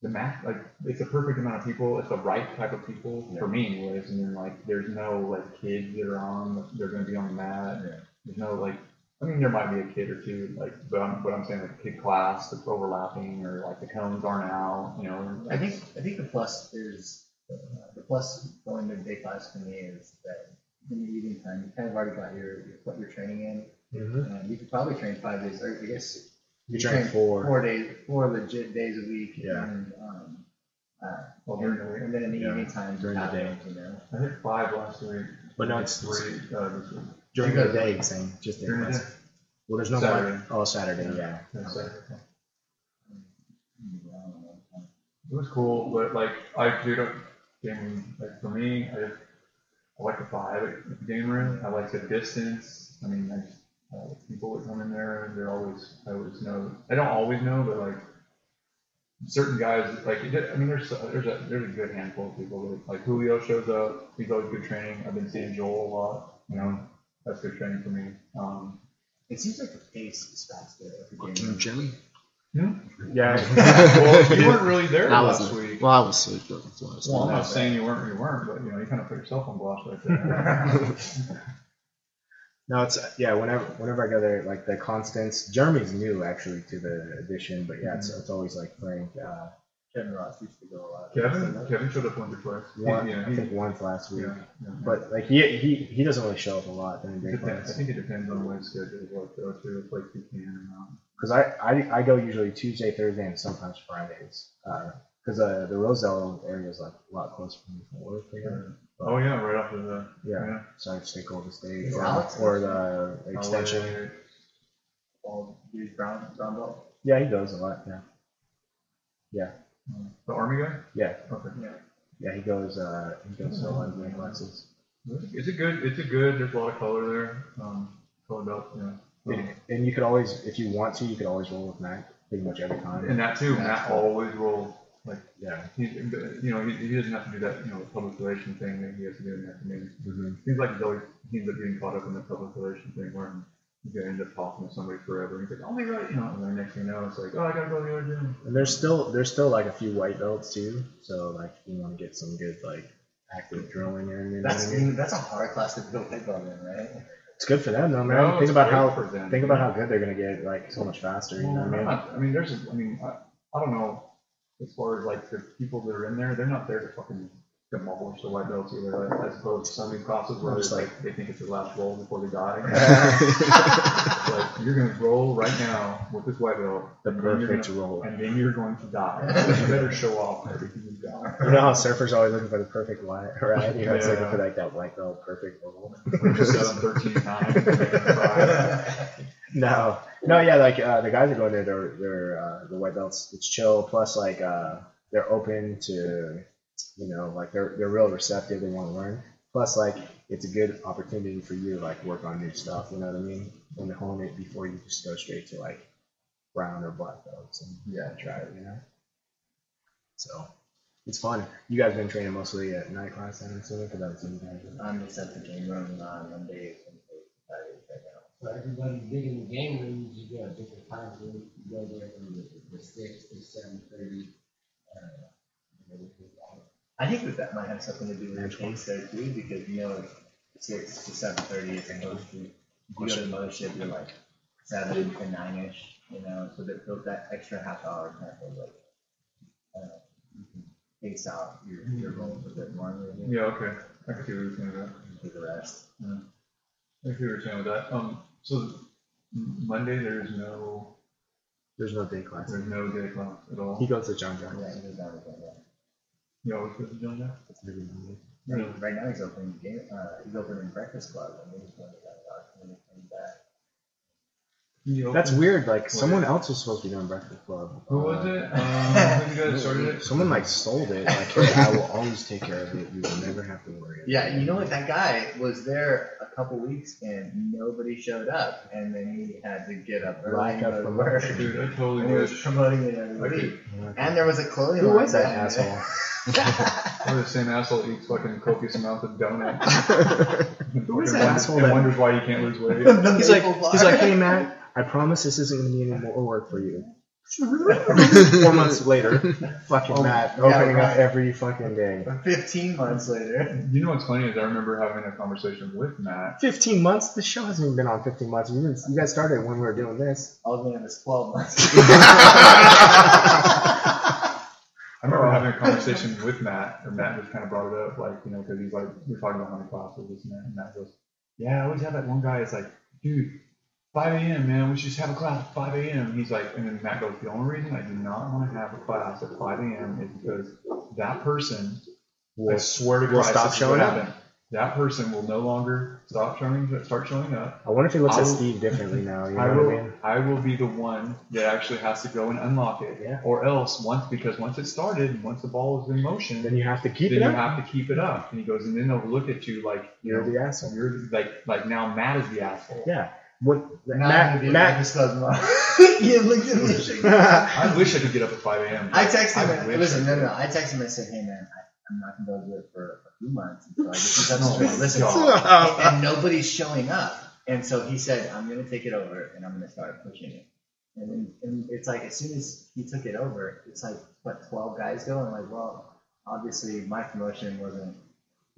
the max. Like it's the perfect amount of people. It's the right type of people for me, anyways. And then like there's no like kids that are on. They're going to be on the mat. Yeah. There's no like. I mean, there might be a kid or two, like, but I'm, but I'm saying like kid class that's overlapping, or like the cones aren't out, you know. I think I think the plus is uh, the plus going to day class for me is that in the evening time you kind of already got your, your what you're training in. Mm-hmm. Um, you could probably train five days. Or I guess You train four. four days, four legit days a week. Yeah. And, um, uh, Well, and, during the and then in the Yeah. evening time During the half day. of it, You know? I hit five last week. But no, it's- three uh, this week. During You the got- day, he's saying just day During the class. Well, there's no Saturday. Oh, Saturday, yeah. Yeah, so- Yeah, I don't know. It was cool, but like I do not game like for me, I just I like the vibe of the game room. I like the distance. I mean, I just, uh, the people that come in there, they're always I always know. I don't always know, but like certain guys, like it did- I mean, there's there's a there's a good handful of people. That, like Julio shows up. He's always good training. I've been seeing Joel a lot. You know, that's good training for me. Um, It seems like the pace is faster every Mm, Mm-hmm. game. Jimmy. Yeah. well, you weren't really there I last was week. Well, I was asleep. though, That's why I was Well, I'm asleep. not saying you weren't, you weren't, but you know, you kind of put yourself on blast right there. no, it's yeah. Whenever whenever I go there, like Mm-hmm. the Constance, Jeremy's new actually to the edition, but yeah, it's, it's always like playing. Uh, Kevin Ross used to go a lot. Kevin, Kevin showed up once or twice. He- One, yeah, I he- think once last week. yeah, yeah. But like he, he he doesn't really show up a lot during It day depends. I class think it depends on what his schedule is like, though, too, if like he can um, or not. because I, I I go usually Tuesday, Thursday, and sometimes Fridays because uh, the Roselle area is like a lot closer to me from work. I guess. Oh yeah, right off of the Yeah. yeah. so I just take all the state Is or, Alex or the extension. LA. Bald, huge brown, brown belt. Yeah, he goes a lot. Yeah, The army guy. yeah, Okay. yeah. He goes. Uh, he goes to a lot of day classes. It's a good. It's a good. There's a lot of color there. Um, color belt. Yeah. Um, And, and you could always, if you want to, you could always roll with Matt pretty much every time. Um, and that too, Matt always rolls. Like yeah. he's, you know, he, he doesn't have to do that, you know, public relation thing that he has to do in the afternoon. hmm Seems like he's always he ends up getting caught up in the public relation thing where he's gonna end up talking to somebody forever. He's like, oh my god, you know, and then next thing you know, it's like, oh, I gotta go to the other gym. And there's still there's still like a few white belts too. So like if you want to get some good like active drilling in. You know That's what I mean? that's a hard class to build big belt in, right? It's good for them though, man. No, think it's about great how for them. think about how good they're gonna get like so much faster. You know Well, what I'm I mean? not- I mean, there's, a- I mean, I, I don't know, as far as like the people that are in there, they're not there to fucking demolish the white belts either, I- I suppose some of these classes where it's like, they think it's their last roll before they die. Like, you're gonna roll right now with this white belt. The and then you're perfect gonna- roll. And then you're going to die, so you better show off everything you've got. You know how surfers are always looking for the perfect white, right? You know, it's looking Yeah. for like that white belt perfect roll. Seven, thirteen, nine, and then five. No, no, yeah, like uh, the guys that go in there, they're they're uh, the white belts. It's chill. Plus, like uh, they're open to, you know, like they're they're real receptive. They want to learn. Plus, like it's a good opportunity for you to like work on new stuff. You know what I mean? And hone it before you just go straight to like brown or black belts and yeah, try it. You know. So it's fun. You guys been training mostly at night class, I'm assuming, because that's sometimes. I'm just at the game room on Mondays and Fridays right now. So everybody big in the game rooms, you got different times, you go there from the, the six to seven thirty. uh, you know, with the- I think that that might have something to do with the pace there too, because you know, six to seven thirty is supposed to, you go to the mothership, you're like seven to nine-ish, you know, so that, so that extra half hour kind of feels like, uh, you can pace out your, your roles a bit more, maybe, Yeah, okay, I can see what you're saying about that. and take a rest. Yeah. I see what you're saying with that. Um, so Monday, there's no, There's no day class. there's no day class at all. He goes to John Yeah, John. it is that way, yeah. You always go to the gym now? Right- Right now, he's opening game, uh, he's opening breakfast club, and he's going to that dog, and he's coming back. You That's open- weird. Like someone else was supposed to be doing Breakfast Club. Who Uh, was it? Um, who you guys started it? Someone like sold it. Like, hey, I will always take care of it. You will never have to worry. about Yeah, it." you know what? That guy was there a couple weeks and nobody showed up, and then he had to get up early Lack and of go to work. promotion. Dude, I totally And he was wish. promoting it every week. And there was a clothing Who line was that down there. asshole? Or the same asshole eats fucking copious amounts of donuts. Who is that asshole And that- wonders why he can't lose weight. The He's like, maple bar. he's like, hey Matt, I promise this isn't going to be any more work for you. Four months later, fucking Oh, Matt yeah, opening up right. every fucking day. Fifteen months later. You know what's funny is I remember having a conversation with Matt. 15 months? The show hasn't even been on 15 months. You, didn't- you guys started when we were doing this. I was gonna miss twelve months. I Oh. remember having a conversation with Matt, and Matt just kind of brought it up, like, you know, because he's like, we're talking about how many classes, this and that, and Matt goes, yeah, I always have that one guy, it's like, dude, 5 a.m., man, we should just have a class at 5 a.m. He's like, and then Matt goes, the only reason I do not want to have a class at 5 a.m. is because that person I Well, swear to God, we'll this stop is what showing up. happened. That person will no longer stop showing, start showing up. I wonder if he looks at I'll- Steve differently now. You know I what I will, mean? I will be the one that actually has to go and unlock it, Yeah. or else once because once it started, once the ball is in motion, Then you have to keep then it you up. have to keep it up. And he goes, and then they'll look at you like you You're know, the asshole. you're like like now Matt is the asshole. Yeah. What Now I'm gonna Matt be at Matt breakfast club tomorrow. Ian looked at me shaking. I wish I could get up at 5 a.m. I texted I him. wish listen, I no, could. no, no. I texted him and said, "Hey, man, I, I'm not gonna go do it for a few months until I get these Oh up my straight. Listen, God. and, and nobody's showing up. And so he said, I'm going to take it over and I'm going to start pushing it. And, then, and it's like, as soon as he took it over, it's like, what, 12 guys go? And I'm like, well, obviously my promotion wasn't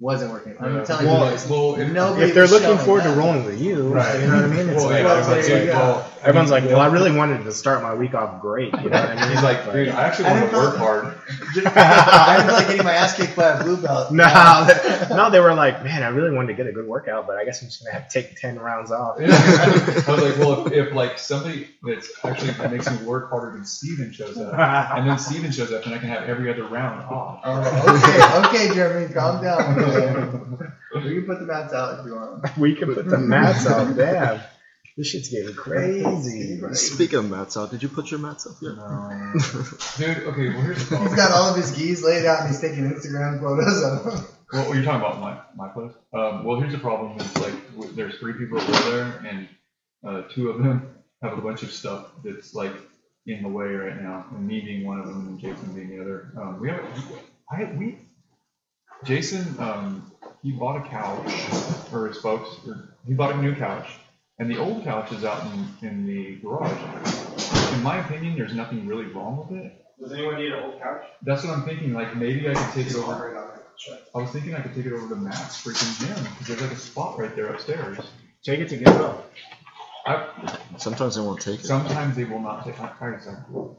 wasn't working. I'm Yeah. telling well, you guys, well, if- nobody if they're was looking showing forward to up. rolling with you, Right. you know what I mean? It's Well, like, yeah, Well, it's there like, you go. well, Everyone's like, well, I really wanted to start my week off great. You know what I mean? He's like, dude, I actually I want didn't to feel- work hard. I didn't feel like getting my ass kicked by a blue belt. No, they- no, they were like, man, I really wanted to get a good workout, but I guess I'm just gonna have to take ten rounds off. Yeah, I was like, well, if, if like somebody that's actually that makes me work harder than Steven shows up, and then Steven shows up, and I can have every other round off. Oh, okay, okay, Jeremy, calm down. man. We can put the mats out if you want. we can put the mats on. Damn, this shit's getting crazy. Speaking of mats out, did you put your mats up yet? No. Dude, okay, well, here's the He's problem. got all of his geese laid out and he's taking Instagram photos of them. Well, you're talking about my, my place. Um, well, here's the problem. Is like w- there's three people over there, and uh, two of them have a bunch of stuff that's like in the way right now, and me being one of them, and Jason being the other. Um, we have I we Jason um, he bought a couch, or his folks, or he bought a new couch, and the old couch is out in, in the garage. In my opinion, there's nothing really wrong with it. Does anyone need a whole couch? That's what I'm thinking. Like maybe I could take it over. I was thinking I could take it over to Matt's freaking gym because there's like a spot right there upstairs. Take it to get up. I, Sometimes they won't take it. sometimes they will not take my tires out.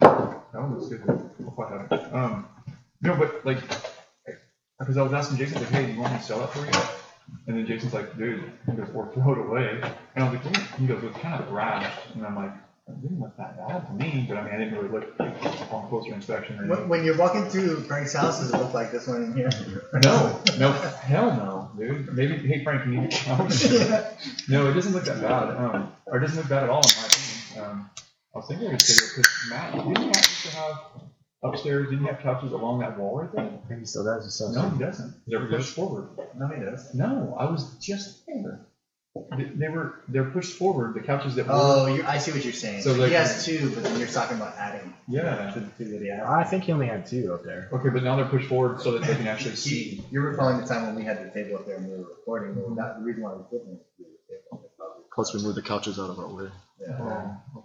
That one looks good. I'll find out. Um, no, but like, because I was asking Jason, like, hey, do you want me to sell that for you? And then Jason's like, dude, he goes, or throw it away. And I was like, "Ooh." he goes, it's kind of brash. And I'm like, it didn't look that bad to me, but I mean, I didn't really look on closer inspection. Or anything. When, when you're walking through Frank's house, does it look like this one in here? No, no, hell no, dude. Maybe, hey, Frank, you need a couch? No, it doesn't look that bad. Um, or it doesn't look bad at all in my opinion. Um, I was thinking I could figure because Matt, didn't Matt used to have upstairs? Didn't he have couches along that wall right there? Maybe so. That was No, something. he doesn't. They're pushed forward. No, he does. No, I was just there. They, they were they're pushed forward. The couches that were Oh, you, I see what you're saying. So So like- he has two, but then you're talking about adding yeah. to the two that he has. I think he only had two up there. Okay, but now they're pushed forward so that they can actually see. He, you're recalling the time when we had the table up there and we were recording. Well, that, the reason why we couldn't is we were taking it Plus, we moved the couches out of our way. probably.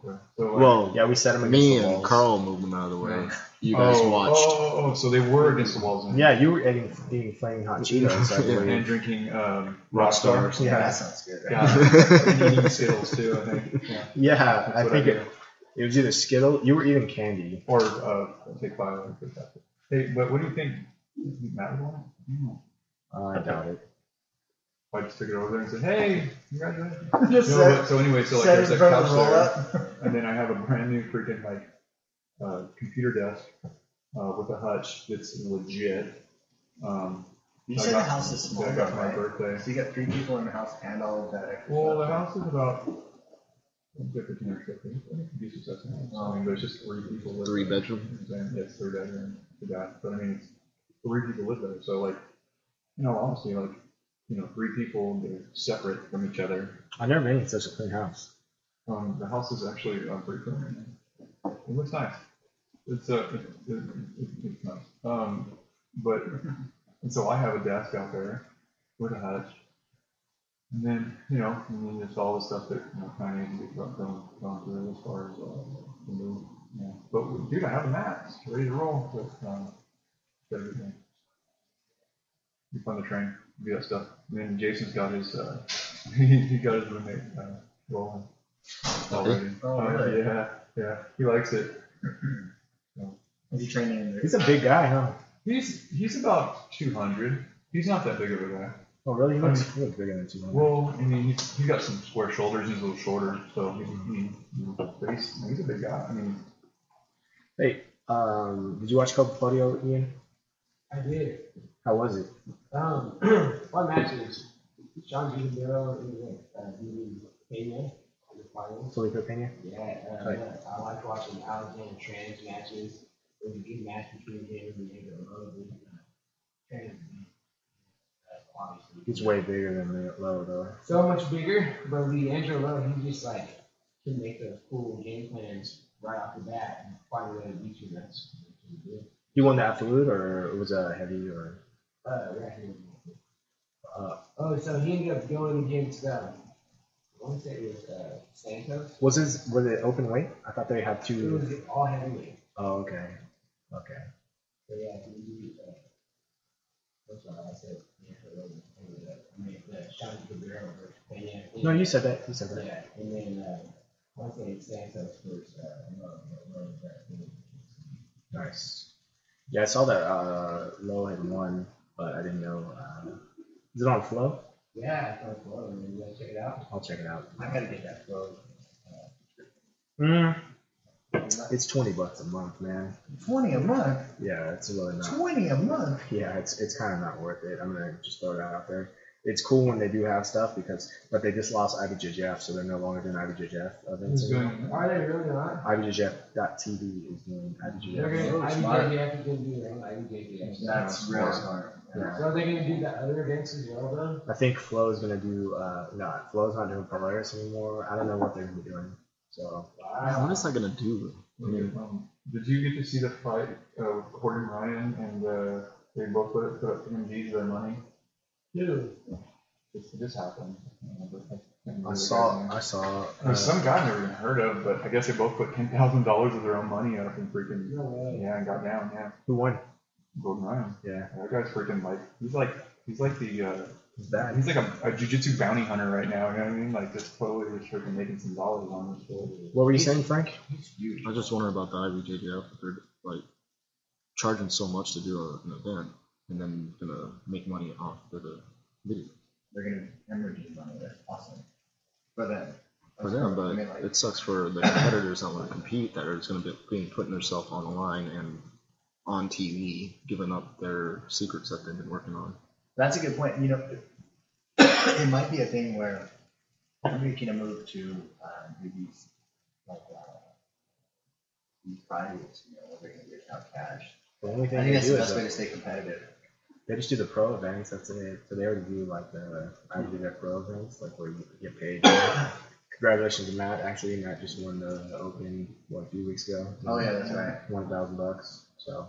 Oh, okay. So, uh, Well, Yeah, we set him against me the and walls. Carl moved them out of the way. Yeah. You guys oh, watched. Oh, oh, oh, so they were against the walls. And, Yeah, you were eating, eating flaming hot Cheetos, I Yeah. believe. And drinking um, Rock stars. Yeah. yeah, that Yeah, sounds good. Right? Yeah. and eating Skittles too, I think. Yeah. yeah. That's I what think do. it, it was either Skittle. You were eating candy. Or uh, take five or take that. Hey, but what do you think? Do you think Matt would want it? I don't know. Uh, I doubt it. If I just took it over there and said, "Hey, congratulations." Just No, set, but, so anyway, so like set there's it a in front couch of the roll there, up. and then I have a brand new freaking like uh, computer desk uh, with a hutch that's legit. Um, You I said the got- house is small, that I got for my right? birthday. So you got three people in the house and all of that. extra Well, the stuff. house is about. Fifteen or fifteen. I think it could be successful. I mean, there's just three people. living. Three bedroom. And it's third bedroom to that, but I mean, it's three people live there, so like, you know, honestly, like, you know, three people, they're separate from each other. I've never been in such a clean house. Um, the house is actually, uh, pretty cool. right now. It looks nice. It's, uh, it, it, it, it's nice. Um, but, and so I have a desk out there with a hutch. And then, you know, and then there's all the stuff that, you know, kind of needs to be gone, gone- gone through as far as, uh, the move. Yeah. But dude, I have the mats ready to roll with, um, everything. Be fun to train, do that stuff. And then Jason's got his, uh, he got his roommate, uh, rolling already. Oh, really? Yeah, yeah, he likes it. uh, Is he training in there? He's a big guy, huh? He's, he's about two hundred. He's not that big of a guy. Oh, really? He looks, he looks bigger than two hundred. Well, I mean, he's, he's got some square shoulders. He's a little shorter, so he, he, but he's, he's a big guy. I mean, Hey, um, did you watch Copa Podio, Ian? I did. How was it? Um, one match is Sean Giordano and uh, beating Pena in the finals. Felipe Pena? Yeah, uh, I like watching Alexander Trans matches. It was a good match between him and Diego Rose. Trans, uh, obviously, He's way bigger than Lowe, though. so much bigger, but Leandro Lowe, he just like can make those cool game plans right off the bat and find a way to beat you. That's that's good. He won the absolute, or it was a heavy, or Uh, right here. Uh, oh, so he ended up going against, um, I want to say it was uh, Santos. was his was it open weight? I thought they had It was two. all heavyweight. Oh, okay, okay. So yeah, he beat, uh, that's why I said, yeah, it was- it was, uh, I mean, uh, Sean Cabrera versus Pena. No, you said that. You said that. Yeah, and then uh, Once they stand up first, uh, I'm not gonna run that thing. Nice. Yeah, I saw that uh, Low had won, but I didn't know. Uh, is it on Flow? Yeah, it's on flow, and you guys check it out. I'll check it out. I gotta get that flow. Mm. It's twenty bucks a month, man. Twenty a month. Yeah, it's really not. Twenty a month. Yeah, it's it's kind of not worth it. I'm gonna just throw that out there. It's cool when they do have stuff because, but they just lost IBJJF, so they're no longer doing IBJJF events. Who's anymore. doing? Are they really not? IBJJF.tv is doing They're IBJJF. gonna, smart. IBJJF is gonna do their own IBJJF. That's real smart. Yeah. So are they gonna do the other events as well though? I think Flow is gonna do. Uh, no, Flow's not doing Polaris anymore. I don't know what they're gonna be doing. So What is that gonna do? I mean, Um, did you get to see the fight of Gordon Ryan and uh, they both put, put up MGs their money? Dude, This, this happened. Uh, but I can't remember I the saw. guy's I name. saw. There's uh, some guy I've never even heard of, but I guess they both put ten thousand dollars of their own money up and freaking no way. yeah, and got down. Yeah, who won? Gordon Ryan. Yeah, That guy's freaking like he's like he's like the uh, it's bad. he's like a, a jujitsu bounty hunter right now. You know what I mean? Like just totally just freaking making some dollars on this shit. What were you saying, Frank? I just wonder about the IBJJF. If they're like charging so much to do a, an event and then gonna make money off of the video They're gonna hemorrhage money. That's awesome for them. for them, I mean, but like, it sucks for the competitors that want to compete that are just gonna be being putting themselves on the line and on TV, giving up their secrets that they've been working on. That's a good point. You know, it might be a thing where somebody can move to uh, do these like uh, these prizes, you know, where they're gonna get out cash. The only thing I think they that's do the is best way uh, to stay competitive. they just do the pro events. That's it. So they already do like the I do that pro events, like where you get paid. Congratulations to Matt. Actually, Matt just won the Open what a few weeks ago. Oh, yeah, that's right. One thousand bucks. So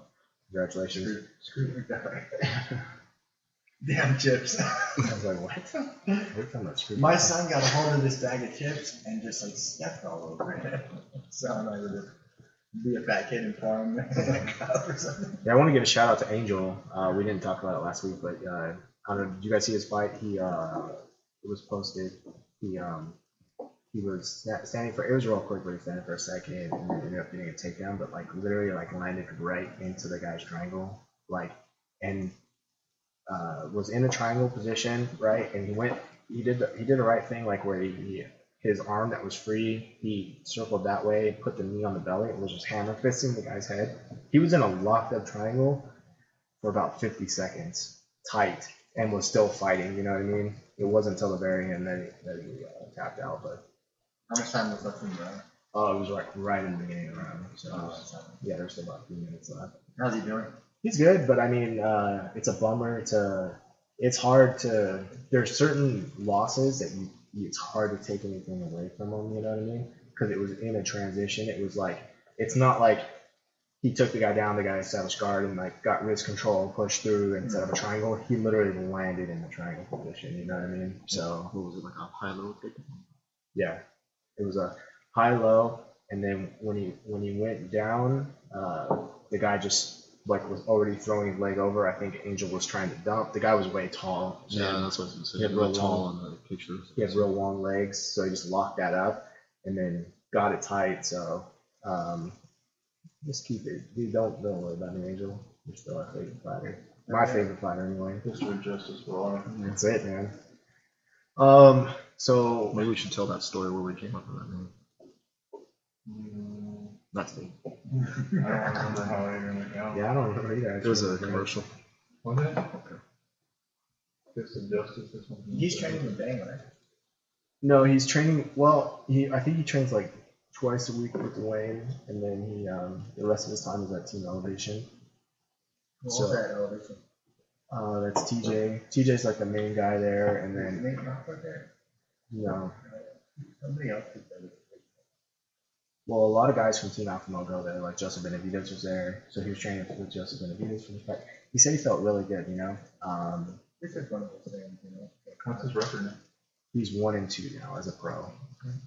congratulations. Screw that. Damn chips. I was like, what? We're talking about screw My balls. son got a hold of this bag of chips and just like stepped all over it. So I'm like, would it be a fat kid and pour him in a cup or something. Yeah, I want to give a shout out to Angel. Uh, we didn't talk about it last week, but uh, I don't know. Did you guys see his fight? He uh, it was posted. He um, he was sta- standing for. It was real quick, but he standing for a second and then ended up getting a takedown. But like literally, like landed right into the guy's triangle, like and uh, was in a triangle position, right? And he went. He did the he did the right thing, like where he, he his arm that was free, he circled that way, put the knee on the belly, and was just hammer fisting the guy's head he was in a locked up triangle for about 50 seconds tight and was still fighting you know what i mean it wasn't until the very end that he, that he uh, tapped out but How much time was left in the round? oh it was like right in the beginning of the round so Oh, that's Uh, not- yeah there's still about three minutes left How's he doing? he's good but i mean uh, it's a bummer to it's hard to there's certain losses that you it's hard to take anything away from him you know what i mean because it was in a transition it was like it's not like he took the guy down the guy established guard and like got wrist control and pushed through and set up a triangle he literally landed in the triangle position you know what i mean so What was it like a high low? kick? yeah, it was a high low, and then when he when he went down, uh, the guy just like was already throwing his leg over. I think Angel was trying to dump. The guy was way tall. so Yeah, that's what I was gonna say. Yeah, Real real tall in the pictures. he has real long legs, so he just locked that up and then got it tight. So um, just keep it. Dude, don't don't worry about it, Angel. You're still our favorite fighter. My favorite fighter, anyway. History of justice for all. That's it, man. Um. So Maybe we should tell that story where we came up with that name. Mm, That's me. I don't remember how I even went down. yeah, I don't remember either. It was a commercial. Was it? Fist of justice or something. He's training with Bang, right? No, he's training. Well, he I think he trains like twice a week with Dwayne, and then he um, the rest of his time is at Team Elevation. What So- was that elevation? Uh, that's TJ. TJ's like the main guy there, and Is then Nate Rockford there? you know, Somebody else did that. well, a lot of guys from Team Optimal go there. Like Joseph Benavides was there, so he was training with Joseph Benavides for the fight. He said he felt really good. You know, um, This is one of those things, you know. What's his record now? he's one and two now as a pro.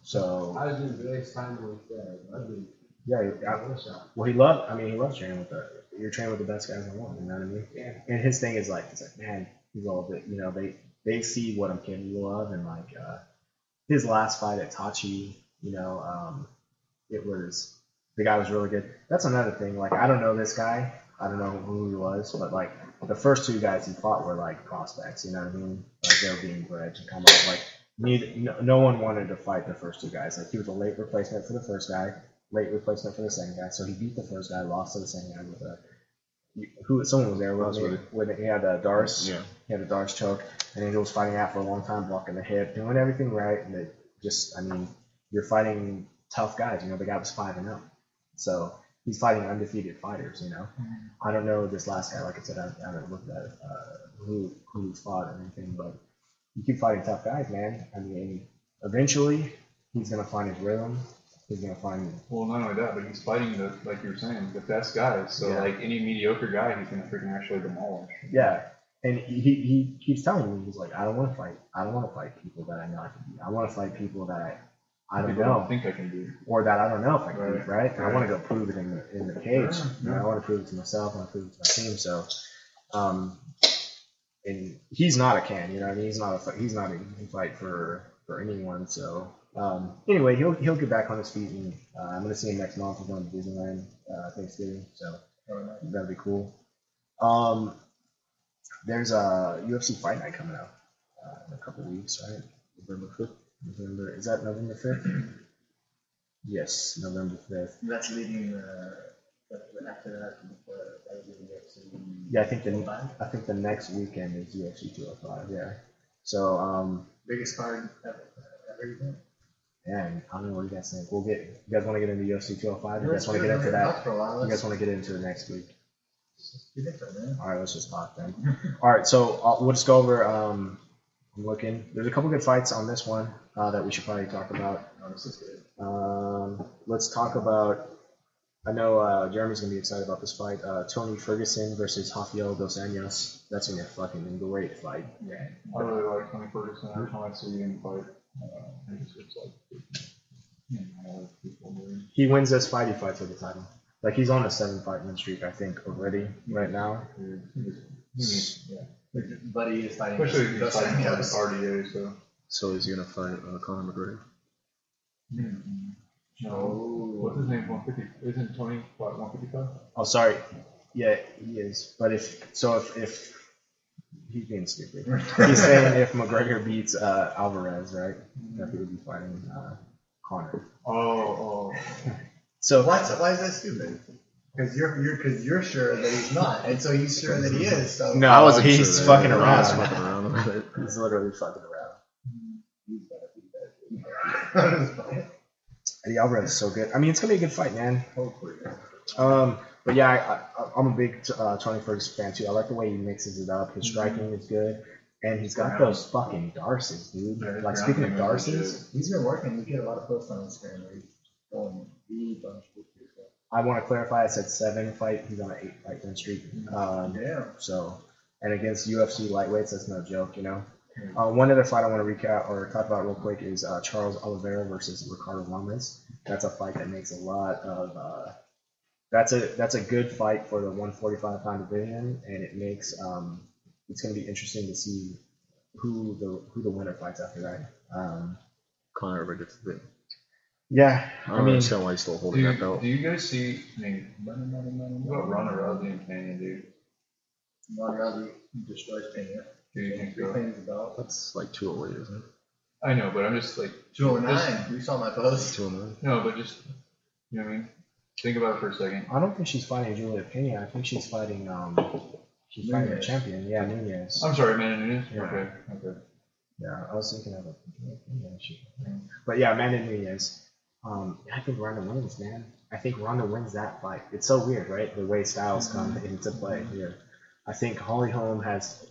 So I was doing really fine with, uh, rugby. yeah, I- One shot. Well, he loved. I mean, he loves training with the. You're training with the best guys in the world. You know what I mean? Yeah. And his thing is like, it's like, man, he's all that. You know, they they see what I'm capable of, and like uh, his last fight at Tachi You know, um, it was the guy was really good. That's another thing. Like I don't know this guy. I don't know who he was, but like the first two guys he fought were like prospects. You know what I mean? Like they were being bred to come up. Like neither, no, no one wanted to fight the first two guys. Like he was a late replacement for the first guy, late replacement for the second guy. So he beat the first guy, lost to the second guy with a who someone was there with That's me right. when he had a Doris. Yeah. He had a Doris choke, and he was fighting out for a long time, blocking the hip, doing everything right, and it just I mean you're fighting tough guys. You know the guy was five and zero, so he's fighting undefeated fighters. You know. I don't know this last guy. Like I said, I, I haven't looked at uh, who who he fought or anything, but you keep fighting tough guys, man. I mean, eventually he's gonna find his rhythm. He's gonna find Well, not only that, but he's fighting the like you were saying the best guys. So Yeah. like any mediocre guy, he's gonna freaking actually demolish. yeah. And he, he keeps telling me he's like, I don't want to fight. I don't want to fight people that I know I can beat. I want to fight people that I, I don't People know don't think I can do. or that I don't know if I can beat. Right. Right? I Right. want to go prove it in the in the cage. Yeah, You know, I yeah. want to prove it to myself. I want to prove it to my team. So, um, and he's not a can. You know, what I mean, he's not a fi- he's not a easy fight for for anyone. So, um, anyway, he'll he'll get back on his feet, and uh, I'm gonna see him next month. We're going to Disneyland uh, Thanksgiving, so that'll be cool. Um, there's a UFC fight night coming up uh, in a couple weeks, right? November fifth. November is that November fifth? yes, November fifth. That's leading uh, but- but after that, before that was leading up to- Yeah, I think the Bye. I think the next weekend is UFC 205. Yeah. So um, biggest card ever. ever event. and I don't know what do you guys think. We'll get you guys want to get into UFC 205. You guys Let's want to do get it. into Talk that. for a while. You guys Let's want to get into it next week. do that, man. All right, let's just talk then. All right, so uh, we'll just go over. Um, I'm looking. There's a couple good fights on this one uh, that we should probably talk about. No, this is good. Um, let's talk about. I know uh, Jeremy's gonna be excited about this fight. Uh, Tony Ferguson versus Rafael dos Anjos. That's gonna be a fucking great fight. Yeah. I really like Tony Ferguson. Every time I see him fight, uh, he just looks like you know, I like people moving. he wins this fight, he fights for the title. Like he's on a seven fight win streak, I think, already right now. He just- he just- yeah. Buddy is fighting. Especially if he's Dos fighting out of Anjos. RDA, so. So is he gonna fight uh, Conor McGregor? Hmm, No. What's Oh. his name? 150. Isn't Tony, what, 155? Oh, sorry. Yeah, he is. But if so, if if he's being stupid, he's saying if McGregor beats uh, Alvarez, right, that he would be fighting uh, Connor. Oh, oh. So Why, why is that stupid? Because you're you're because you're sure that he's not, and so he's sure that he is. So no, I wasn't he's sure. fucking I was around. fucking around about it. He's literally fucking around. He's better, he's better. Eddie Alvarez is so good. I mean, it's gonna be a good fight, man. Hopefully, Um, but yeah, I, I, I'm a big uh, Tony Ferguson fan too. I like the way he mixes it up. His striking Mm-hmm. is good, and he's got Yeah. those fucking darces, dude. Yeah, his like speaking of ground game is darces, he's been working. You get a lot of posts on Instagram where he's going the bunch of people. I want to clarify. I said seven fight. He's on an eight fight win streak. Um, Damn. So, and against UFC lightweights, that's no joke, you know. Uh, one other fight I want to recap or talk about real quick is uh, Charles Oliveira versus Ricardo Lamas. That's a fight that makes a lot of. Uh, that's a that's a good fight for the 145 pound division, and it makes um, it's going to be interesting to see who the who the winner fights after that. Um, Conor ever gets the thing. yeah, I I don't mean, understand why he's still oh. holding that Dude, belt. do you guys see, I mean, what about Ronda Rousey and Pena, dude? Ron Rousey destroys Pena. Do you think so? Reclaims the belt. That's like 208, isn't it? I know, but I'm just like, Two oh nine. You saw my post. 209. no, but just, you know what I mean? Think about it for a second. I don't think she's fighting Julia Pena. I think she's fighting um, she's fighting a Nunez. champion. Yeah, Nunez. I'm sorry, Amanda Nunes? Yeah. Okay, okay. Yeah, I was thinking of it. Yeah, she- But yeah, Amanda Nunez. Um, I think Ronda wins, man. I think Ronda wins that fight. It's so weird, right? The way styles come into play here. I think Holly Holm has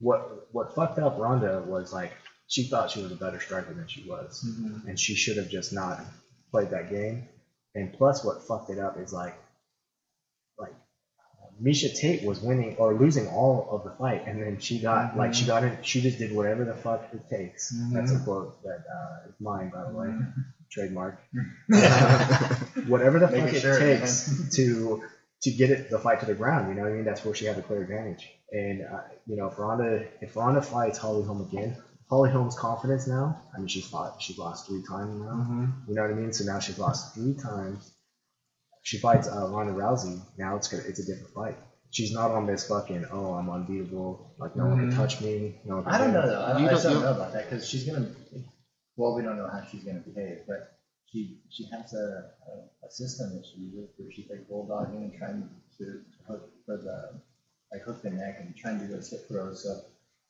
what what fucked up Ronda was like she thought she was a better striker than she was, and she should have just not played that game. And plus, what fucked it up is like like Misha Tate was winning or losing all of the fight, and then she got like she got in. She just did whatever the fuck it takes. That's a quote that uh, is mine, by the way, trademark. whatever the Making fuck it sure, man. takes to to get it the fight to the ground. You know what I mean? That's where she had the clear advantage. And uh, you know, if Ronda if Ronda fights Holly Holm again, Holly Holm's confidence now. I mean, she's fought. She's lost three times now. Mm-hmm. You know what I mean? So now she's lost three times. She fights uh, Ronda Rousey. Now it's gonna, it's a different fight. She's not on this fucking oh I'm unbeatable. Like no one Mhm. can touch me. No one can Mm-hmm. I don't know do it." though. I, You I just don't- don't you- know about that because she's gonna. Well, we don't know how she's gonna behave, but she she has a, a, a system that she uses where she's like bulldogging and trying to hook for the like hook the neck and trying to do those hip throws. So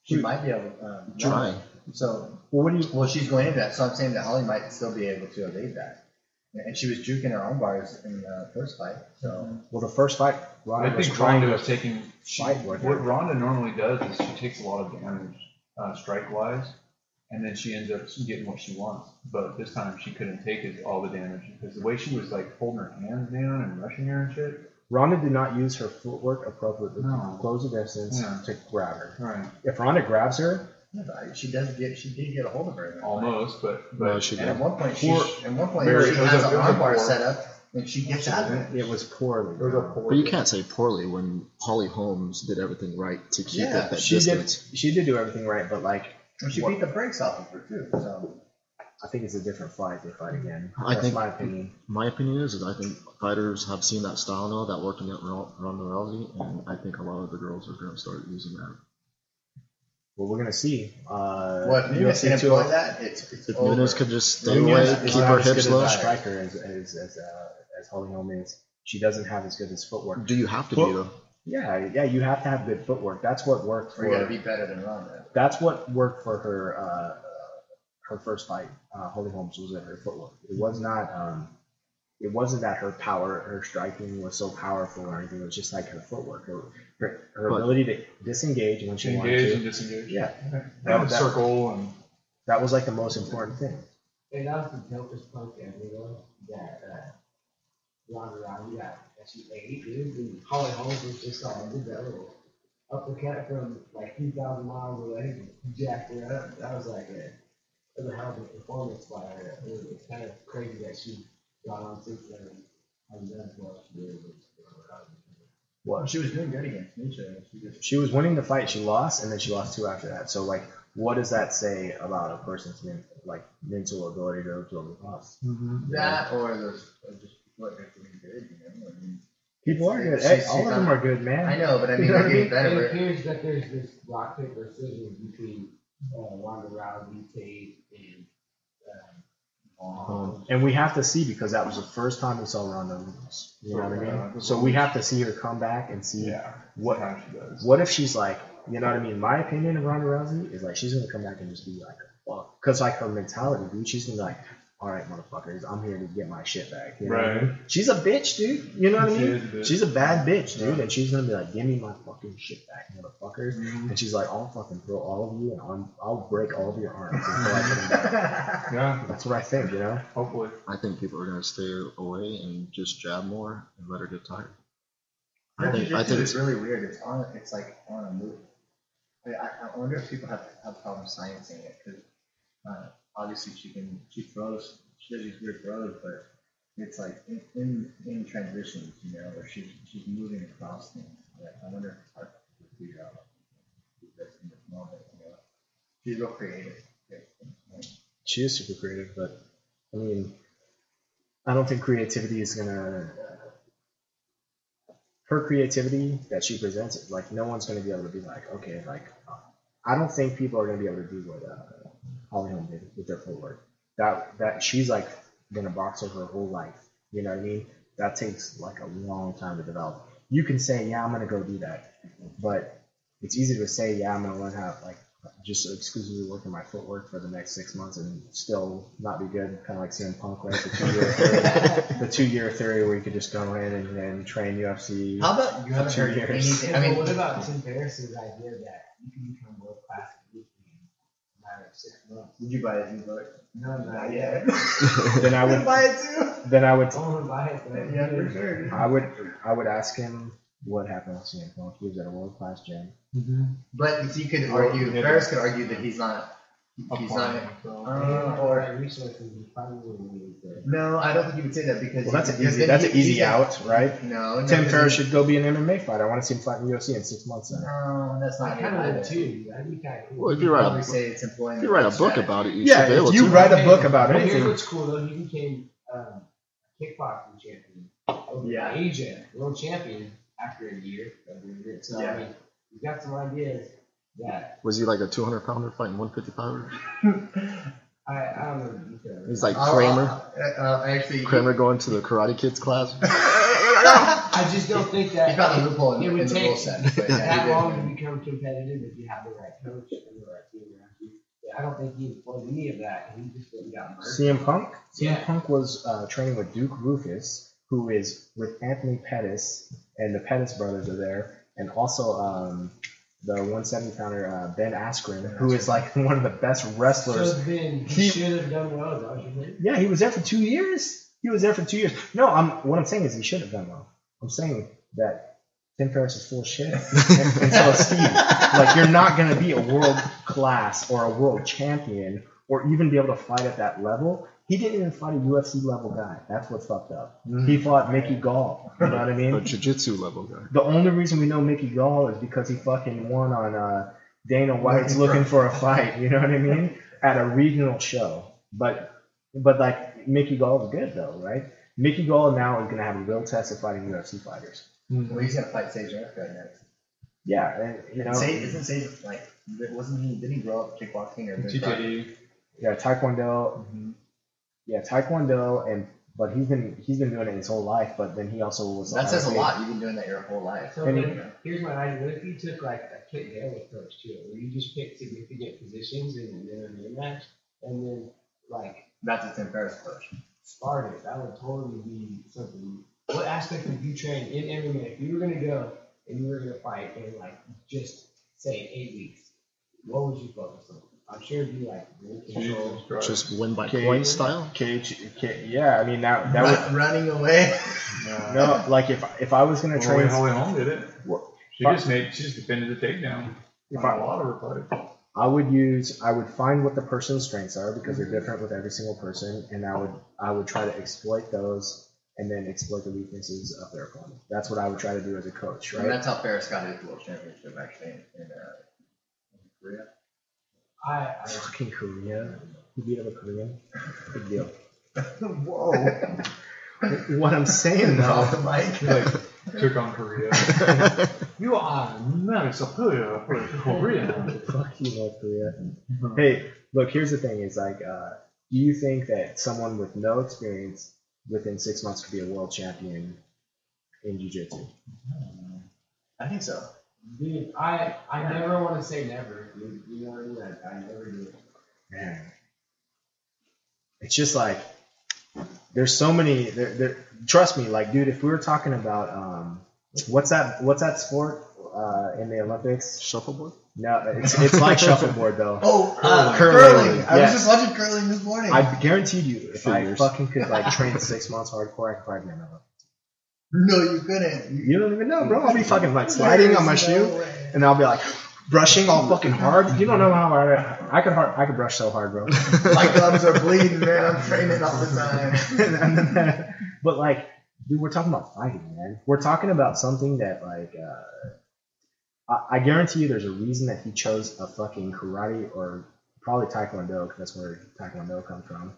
she might be able. Um, Try. So Well, what do you? well, she's going into that. So I'm saying that Holly might still be able to evade that. And she was juking her own bars in the first fight. So Well, the first fight, I Ronda was think trying Ronda to. was taking. She, fight with what her. Ronda normally does is she takes a lot of damage, uh, strike wise, and then she ends up getting what she wants. But this time she couldn't take it, all the damage because the way she was like holding her hands down and rushing her and shit. Ronda did not use her footwork appropriately No. to close the distance Yeah. to grab her. Right. If Ronda grabs her, she does get she did get a hold of her. in that fight. Almost, but but No, she And at did. one point, she, Poor- at one point, Mary, she it was has a- an it was a armbar poor- set up, and she gets out of it. it was poorly. there was a done. poor. But you can't say poorly when Holly Holmes did everything right to keep Yeah, it that she distance. did. She did do everything right, but like And she What? beat the brakes off of her too. So I think it's a different fight they fight again. I That's think- my opinion. My opinion is, is I think fighters have seen that style now that working at Ro- Ronda Rousey, and I think a lot of the girls are going to start using that. Well, we're gonna see. Uh, well, if Nunes can UFC employ 209 that, it's it's If over. Nunes could just stay Oh, Nunes away, is keep not her as hips good low. as a striker as as as, uh, as Holly Holm is. She doesn't have as good as footwork. Do you have to Well- be though? Yeah, yeah, you have to have good footwork. That's what worked Or you got to for. be better than Ronda. That's what worked for her. Uh, her first fight, uh, Holly Holmes was at her footwork. It was not. Um, it wasn't that her power, her striking was so powerful or anything. It was just like her footwork, her her, her But- ability to disengage when she wanted Engage to. and disengage. Yeah, That That- circle and that was like the most important thing. And that was the dopest punk ever, you know, that, uh, Ronda Rousey got, that she ate, dude, and Holly Holmes was just like, did that little uppercut from like three thousand miles away, and jacked her up, that was like a, that was a hell of a performance by her, it was it's kind of crazy that she got on six and, and that's what she did. with Ronda Rousey. Well, Oh, she was doing good against Misha. and She just she was winning the fight she lost and then she lost two after that so like what does that say about a person's men- like mental ability to overcome the loss Mm-hmm. that or those or just what they're doing good. You know, I mean, people are good She's- hey, she's all of them not- are good man I know, but I You mean, know what they're I getting mean? better. It appears that there's this rock, paper, scissors between, uh, Ronda Rousey, Tate, and, um, Holmes. and we have to see because that was the first time we saw Ronda lose. You know what I Yeah. mean? So we have to see her come back and see yeah, what how she does. what if she's like, you know what I mean? My opinion of Ronda Rousey is like she's gonna come back and just be like, fuck, because like her mentality, dude, she's gonna be like, all right, motherfuckers, I'm here to get my shit back. You know what I Right. mean? She's a bitch, dude. You know what I She mean? is a bitch. She's a bad bitch, dude, Yeah. and she's gonna be like, give me my fucking shit back, motherfuckers. Mhm. And she's like, I'll fucking throw all of you, and I'm, I'll break all of your arms until I get them back. Yeah, That's what I think, you know. hopefully. I think people are going to stay away and just jab more and let her get tired. Her I think, jiu-jitsu I is think it's, really weird. It's on. It's like on a move. I, I, I wonder if people have have problems sciencing it because uh, obviously she can she throws she does these weird throws, but it's like in in, in transitions, you know, where she's she's moving across things. Like, I wonder if it's hard to figure out this in this moment. You know, she's real creative. She is super creative, but I mean, I don't think creativity is gonna. Her creativity that she presents, like no one's gonna be able to be like, okay, like uh, I don't think people are gonna be able to do what uh, Holly Holm did with their footwork. That that she's like gonna box her her whole life. You know what I mean? That takes like a long time to develop. You can say, yeah, I'm gonna go do that, but it's easy to say, yeah, I'm gonna learn how like just exclusively work on my footwork for the next six months and still not be good, kind of like CM Punk, right? The two year theory, the two year theory where you could just go in and, and train UFC. How about you haven't heard Cheerleaders. anything? I Yeah, but mean, what about Tim Ferriss's idea that you can become world class elite in a matter of six months? did you buy his new book? No, not Yeah, yet. Then I I would, would buy it too. then I would, I want to buy it, but Yeah, for sure. I would, I would ask him what happened with CM Punk. He was at a world class gym. Mm-hmm. But you could Well, argue, yeah. Ferris could argue that he's not He's applying not- myself. Uh, or or that resources you probably need to. no, I don't think you would say that because Well, that's an because easy. then That's he- an easy he's not- out, right? No, no, Tim because Ferriss should go be an MMA fighter. I want to see him fight in UFC in six months. Then. No, that's I not. kind it of either. would too. That'd be kind of cool. Well, if You you're right. probably say it's employment. If you write a book strategy. about it, you Yeah, should be able if you to. write a book about But Here's anything. what's cool though. He became um, a kickboxing champion, over Yeah. Asia world champion after a year of doing it. So Yeah. I mean, he's got some ideas that Was he like a 200 pounder fighting 150 pounder? I, I don't know the details. He's like I'll- Kramer. I'll- Uh, uh, actually, Kramer going to the karate kids class. I just don't think he that found a loophole in, It in would the take rule set. But yeah, that he long did. to become competitive if you have the right coach and the right team around you. But I don't think he employed any of that. He just went and got murdered. CM Punk. CM Yeah. Punk was uh, training with Duke Rufus, who is with Anthony Pettis, and the Pettis brothers are there, and also um, the 170 pounder uh, Ben Askren, who is like one of the best So wrestlers. then he, He- should have done well. Is that what you're saying? Yeah, he was there for two years. He was there for two years. No, I'm. What I'm saying is he should have done well. I'm saying that Tim Ferriss is full of shit, and, and so is Steve. Like you're not gonna be a world class or a world champion or even be able to fight at that level. He didn't even fight a UFC level guy. That's what's fucked up. He fought Mickey Gall. You know what I A mean? jujitsu level guy. The only reason we know Mickey Gall is because he fucking won on uh, Dana White's looking for a fight. You know what I mean? At a regional show, but but like Mickey Gall is good though, right? Mickey Gall now is gonna have a real test of fighting UFC fighters. Mm-hmm. Well, he's gonna fight Sage Northcutt next. Yeah, and you know, Sage, isn't Sage like? Wasn't he? Did he grow up kickboxing or TKD. yeah, Taekwondo, Mhm. yeah, Taekwondo, and but he's been he's been doing it his whole life. But then he also was That says a on- lot. You've been doing that your whole life. So And then, he- here's my idea. What if you took like a Kit Gale approach to it, where you just pick significant positions in an MMA match and then like That's a Tim Ferriss push. sparred it? That would totally be something. What aspect would you train in MMA if you were gonna go and you were gonna fight in like just say eight weeks? What would you focus on? I'm sure it'd be like really control. Jesus Christ. Just win by Okay. point style. Cage, ca- yeah, I mean that that Run- running away. would no like if if I was gonna Well, Holly train Holly Holm did it. She Fuck. just made. She just defended the takedown. if Not I, a lot of her fights. I would use I would find what the person's strengths are because they're different with every single person, and I would I would try to exploit those and then exploit the weaknesses of their opponent. That's what I would try to do as a coach, And right? that's how Ferris got his world championship actually in, in, uh, in Korea. I, I Fucking Korea, you beat up a Korean, big deal. Whoa! Oh. What I'm saying Off though, the mic. Like took on Korea. you are Man, it's a player for Korea. fuck you, North Korea. Hey, look, here's the thing: is like, uh, do you think that someone with no experience within six months could be a world champion in jiu-jitsu? I think so. dude. I I never want to say never. You, you know what I mean? I, I never do. man, it's just like there's so many. There, there, trust me, like, dude, if we were talking about um, what's that? What's that sport uh, in the Olympics? Shuffleboard. No, it's, it's like shuffleboard though. Oh, uh, Curling. curling. I Yeah. was just watching curling this morning. I guaranteed you, if Figures. I fucking could like train six months hardcore, I could probably be another. no, you couldn't. You- You don't even know, bro. I'll be fucking like sliding on my There's shoe, no way. and I'll be like brushing all fucking hard. You don't know how hard I, I could hard I could brush so hard, bro. My gloves are bleeding, man. I'm training all the time. And then- but like, dude, we're talking about fighting, man. We're talking about something that like, uh, I, I guarantee you, there's a reason that he chose a fucking karate or probably taekwondo because that's where taekwondo comes from,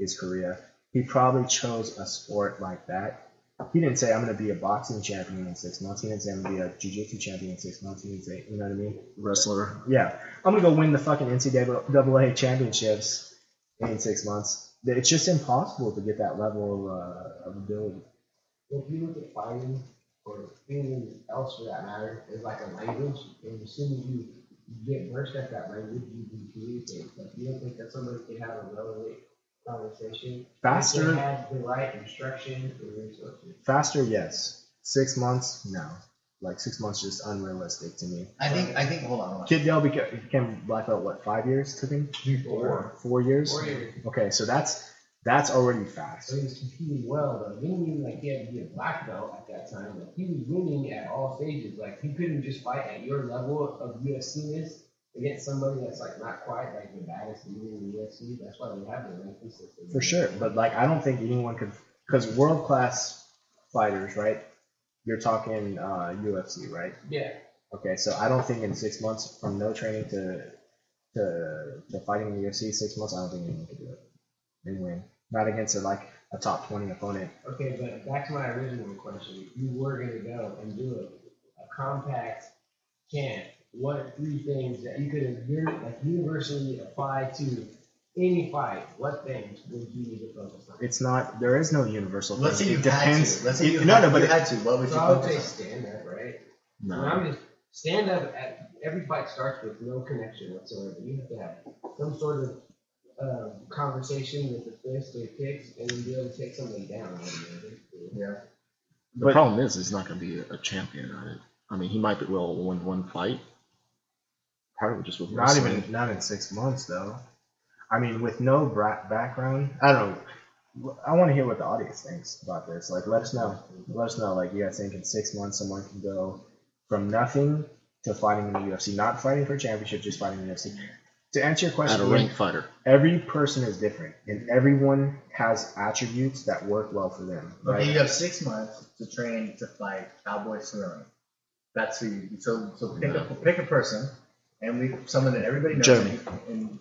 is Korea. He probably chose a sport like that. He didn't say I'm gonna be a boxing champion in six months. He didn't say I'm gonna be a jujitsu champion in six months. He didn't say, you know what I mean? Wrestler. Yeah, I'm gonna go win the fucking NCAA championships in six months. It's just impossible to get that level of, uh, of ability. Well, if you look at fighting or anything else for that matter, it's like a language, and as soon as you get versed at that language, you can communicate. Like you don't think that somebody can have a relevant conversation if they Faster, had the right instruction and resources. faster, yes. Six months, no. Like six months, just unrealistic to me. I think. I think. Hold on. Hold on. Kid Dell beca- became black belt. What five years took him? Four. Four years. Or you're- Okay, so that's that's already fast. So he was competing well, though. He didn't mean like he had to be a black belt at that time. Like he was winning at all stages. Like he couldn't just fight at your level of USCness against somebody that's like not quite like the baddest dude in the UFC. That's why we have the ranking system. For sure, but like I don't think anyone could because world class fighters, right? You're talking uh, UFC, right? yeah, Okay, so I don't think in six months from no training to to to fighting in the UFC, six months, I don't think anyone could do it and win. Not against a, like a top twenty opponent. Okay, but back to my original question. If you were gonna go and do a, a compact camp, what are three things that you could have like universally apply to any fight? What things would you need to focus on? It's not. There is no universal. Let's thing. say you it had depends. to. Let's say you no, had, no, but you it- had to. What would you so I would say focus stand up, right? And No. I'm just stand up at every fight starts with no connection whatsoever. You have to have some sort of um, conversation with the fist or kicks, and then be able to take somebody down. on? Yeah. The But- problem is, he's not going to be a champion at it. I mean, he might be well win one fight. Probably just with Not wrestling. even not in six months though. I mean, with no bra- background, I don't. know. I want to hear what the audience thinks about this. Like, let us know. Let us know. Like, you guys think in six months someone can go from nothing to fighting in the UFC, not fighting for a championship, just fighting in the UFC. To answer your at a question, ranked fighter. every person is different, and everyone has attributes that work well for them. Right? Okay, you have six months to train to fight Cowboy Cerrone. That's who. You, so so pick a pick a person, and we someone that everybody knows. Jeremy. And,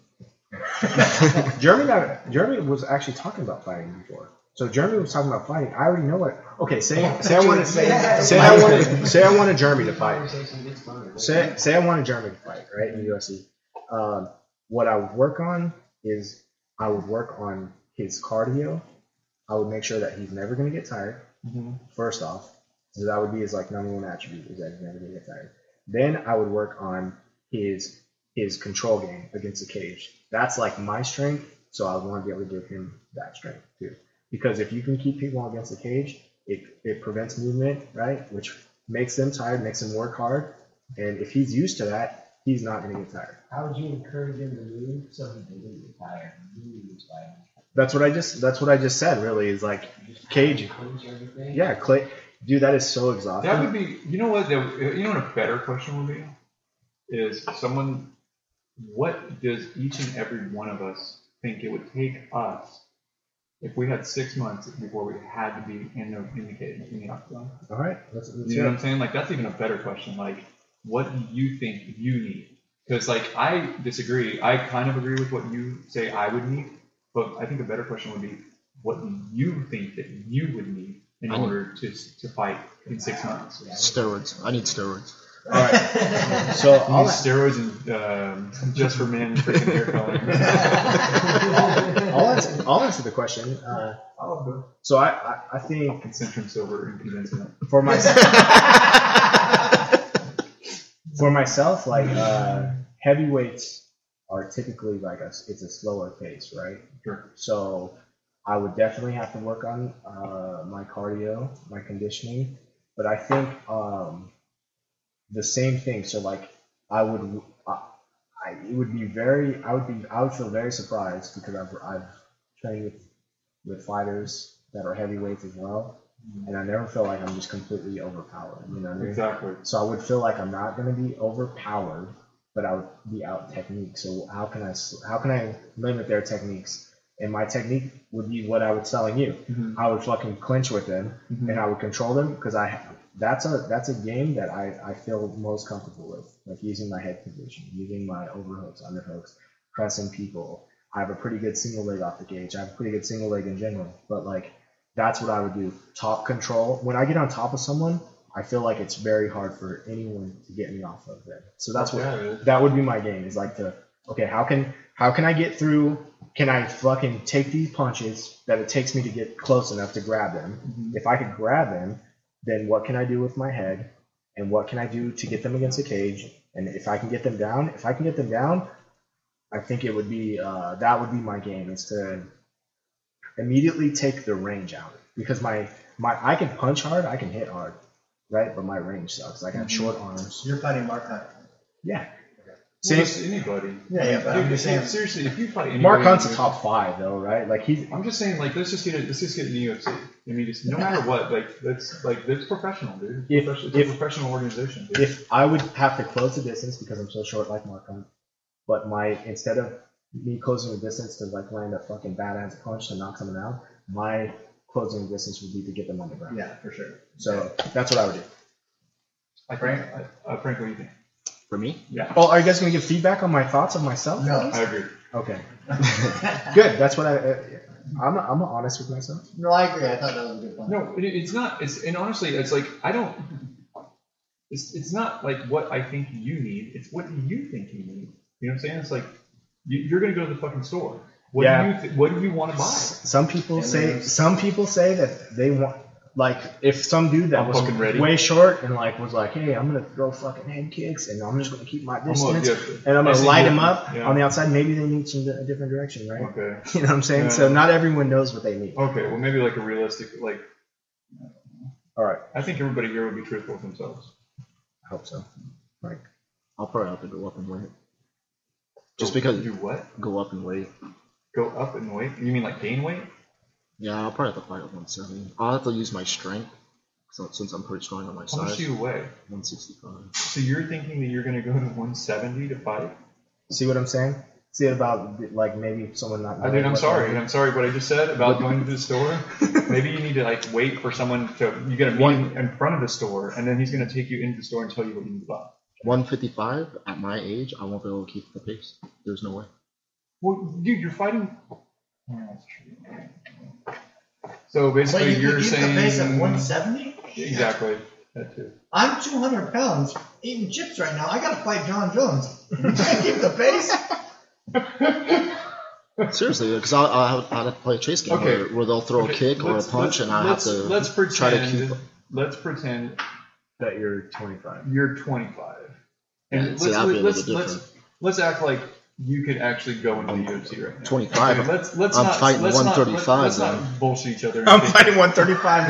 Jeremy, got, Jeremy was actually talking about fighting before. So Jeremy was talking about fighting. I already know it. Okay, say say I want to say say I want say I wanted Jeremy to fight. Conversation gets fun. right? Say say I wanted Jeremy to fight, right? In the UFC, um, what I would work on is I would work on his cardio. I would make sure that he's never going to get tired. Mm-hmm. First off, so that would be his like number one attribute is that he's never going to get tired. Then I would work on his his control game against the cage. That's like my strength, so I want to be able to give him that strength too. Because if you can keep people against the cage, it, it prevents movement, right? Which makes them tired, makes them work hard. And if he's used to that, he's not going to get tired. How would you encourage him to move so he doesn't get tired? You need to like That's what I just that's what I just said. Really, is like cage. clinch everything. Yeah, Clay, dude, that is so exhausting. That would be, you know what? That, you know what a better question would be is someone. What does each and every one of us think it would take us if we had six months before we had to be in the in the cage in the octagon? All right, let's, let's You hear know what it. I'm saying? Like that's even a better question. Like, what do you think you need? Because like I disagree. I kind of agree with what you say I would need, but I think a better question would be, what do you think that you would need in I need- order to to fight in six months? Yeah. Steroids. I need steroids. All right, so You all need I- steroids and um, just for men freaking hair color. I'll answer, I'll answer the question. Uh, so I, I, I think Concentric silver and condensing it. for my for myself, like uh, heavyweights are typically like a, it's a slower pace, right? Sure. So I would definitely have to work on uh, my cardio, my conditioning, but I think um, the same thing. So like I would, I, I, it would be very, I would be, I would feel very surprised because I've, I've trained with with fighters that are heavyweights as well, and I never feel like I'm just completely overpowered. You know what I mean? Exactly. So I would feel like I'm not going to be overpowered, but I would be out technique. So how can I s- how can I limit their techniques? And my technique would be what I was telling you. Mhm. I would fucking clinch with them, Mhm. and I would control them because I that's a that's a game that I I feel most comfortable with, like using my head position, using my overhooks, underhooks, pressing people. I have a pretty good single leg off the cage. I have a pretty good single leg in general, but like that's what I would do. Top control. When I get on top of someone, I feel like it's very hard for anyone to get me off of them. So that's what Yeah, it is. that would be my game. Is like to okay, how can how can I get through? Can I fucking take these punches that it takes me to get close enough to grab them? Mhm. If I could grab them, then what can I do with my head? And what can I do to get them against the cage? And if I can get them down, if I can get them down, I think it would be uh, that would be my game is to immediately take the range out because my my I can punch hard, I can hit hard, right? But my range sucks. Like I have short arms. you're fighting Mark Hunt. Yeah. Well, Same, just anybody. Yeah, yeah, but Dude, I'm just if you- saying- seriously, if you fight anybody, Mark Hunt's you- a top five though, right? Like he's I'm just saying, like, let's just get it. Let's just get in the UFC. I mean, just no matter what, like, that's like that's professional, dude. If- Professional- it's if- a professional organization, dude. if I would have to close the distance because I'm so short like Mark Hunt, But my instead of me closing the distance to like land a fucking badass punch to knock someone out, my closing the distance would be to get them on the ground. Yeah, for sure. So that's what I would do. Like Frank, uh, Frank, what do you think? For me? Yeah, Oh, are you guys gonna give feedback on my thoughts of myself? No. I agree. Okay. Good. That's what I. Uh, I'm. I'm honest with myself. No, I agree. I thought that was a good point. No, it, it's not. It's and honestly, it's like I don't. It's it's not like what I think you need. It's what you think you need. You know what I'm saying? It's like you, you're gonna go to the fucking store. What do Yeah. you th- What do you want to buy? Some people And say. there's- Some people say that they want. Like if some dude that I'm was fucking ready. way short and like was like, hey, I'm gonna throw fucking head kicks and I'm just gonna keep my I'm gonna distance get- and I'm I gonna see light you. them up Yeah. on the outside. Maybe they need some di- a different direction, right? Okay. You know what I'm saying? Yeah. So not everyone knows what they need. Okay. Well, maybe like a realistic like. All right. I think everybody here would be truthful with themselves. I hope so. Like I'll probably have to go up and wait. Just because do what? go up and wait. Go up and weight? You mean like gain weight? Yeah, I'll probably have to fight at 170. I'll have to use my strength so, since I'm pretty strong on my How much size. do you weigh? 165. So you're thinking that you're gonna go to 170 to fight? See what I'm saying? See it about like maybe someone not. I knowing mean, I'm what they sorry. need. I'm sorry what I just said about going to the store. Maybe you need to like wait for someone to. You get a meet One- him in front of the store, and then he's gonna take you into the store and tell you what you need to buy. 155 at my age, I won't be able to keep the pace. There's no way. Well, dude, you're fighting. Yeah, that's true. So basically, Wait, you are could eat saying the base at 170? exactly that too. I'm 200 pounds eating chips right now. I gotta fight John Jones. Mm-hmm. I keep the pace. Seriously, because I'll, I'll, have, I'll have to play a chase game Okay. where, where they'll throw a Okay, kick or a let's- punch and I have let's- to let's try to pretend, keep. Let's pretend that you're 25. you're 25, and Yeah, let's see, that'd be a let's little let's, different. let's act like you could actually go into I'm the UFC right now. 25. Okay, let's let's I'm not fighting let's not- 135 Let's now. not bullshit each other. I'm fighting 135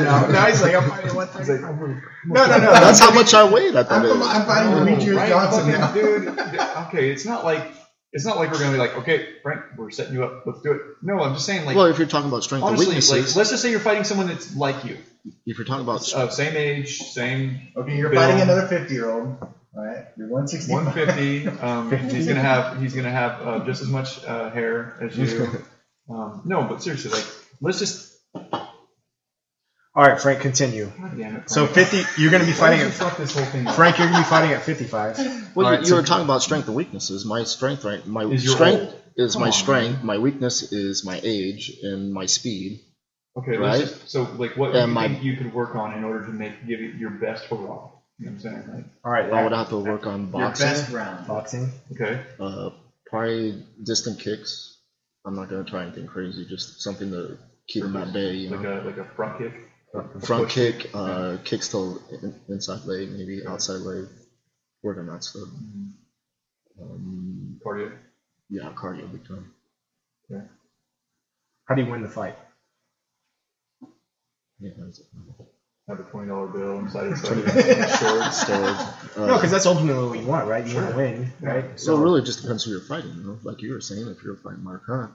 now. Now he's like, I'm fighting It's 135. like, No, no, no. That's how much I weighed at that I'm, from, age. I'm fighting Oh, Demetrius right, Johnson fucking now. Dude, okay, it's not like it's not like we're gonna be like, okay, Frank, we're setting you up, let's do it. No, I'm just saying like Well, if you're talking about strength and honestly, weaknesses, like let's just say you're fighting someone that's like you, if you're talking about uh, same age, same Okay, you're Bill. fighting another 50 year old. Alright, you're 160. 150. Um, he's gonna have he's gonna have uh, just as much uh, hair as you. Um, no, but seriously, like let's just All right, Frank, continue. God damn it. So Frank. 50, you're going to be Why fighting did you at, fuck this whole thing up? Frank, you're going to be fighting at 55. Well, All you, right, you so- were talking about strength and weaknesses. My strength, right? My Is your strength old. is Come my on, strength. My weakness is my age and my speed. Okay, Right? let's just, so like what do And you my- think you could work on in order to make give it your best hurrah? You know what I'm saying? Like, All right, I would yeah. have to work on Your boxing, best round. boxing. okay. uh, probably distant kicks. I'm not going to try anything crazy. Just something to keep them at bay. You like know, a like a front kick. front kick, uh, kicks to in- inside leg, maybe outside leg. Work on that stuff. Mm-hmm. Um, Cardio. yeah, cardio big time. How do you win the fight? Yeah, that's it. Have a twenty dollar bill inside his shorts. Steroids. Uh, No, because that's ultimately what you want, right? You want to win, right? So it really just depends who you're fighting, you know. Like you were saying, if you're fighting Mark Hunt,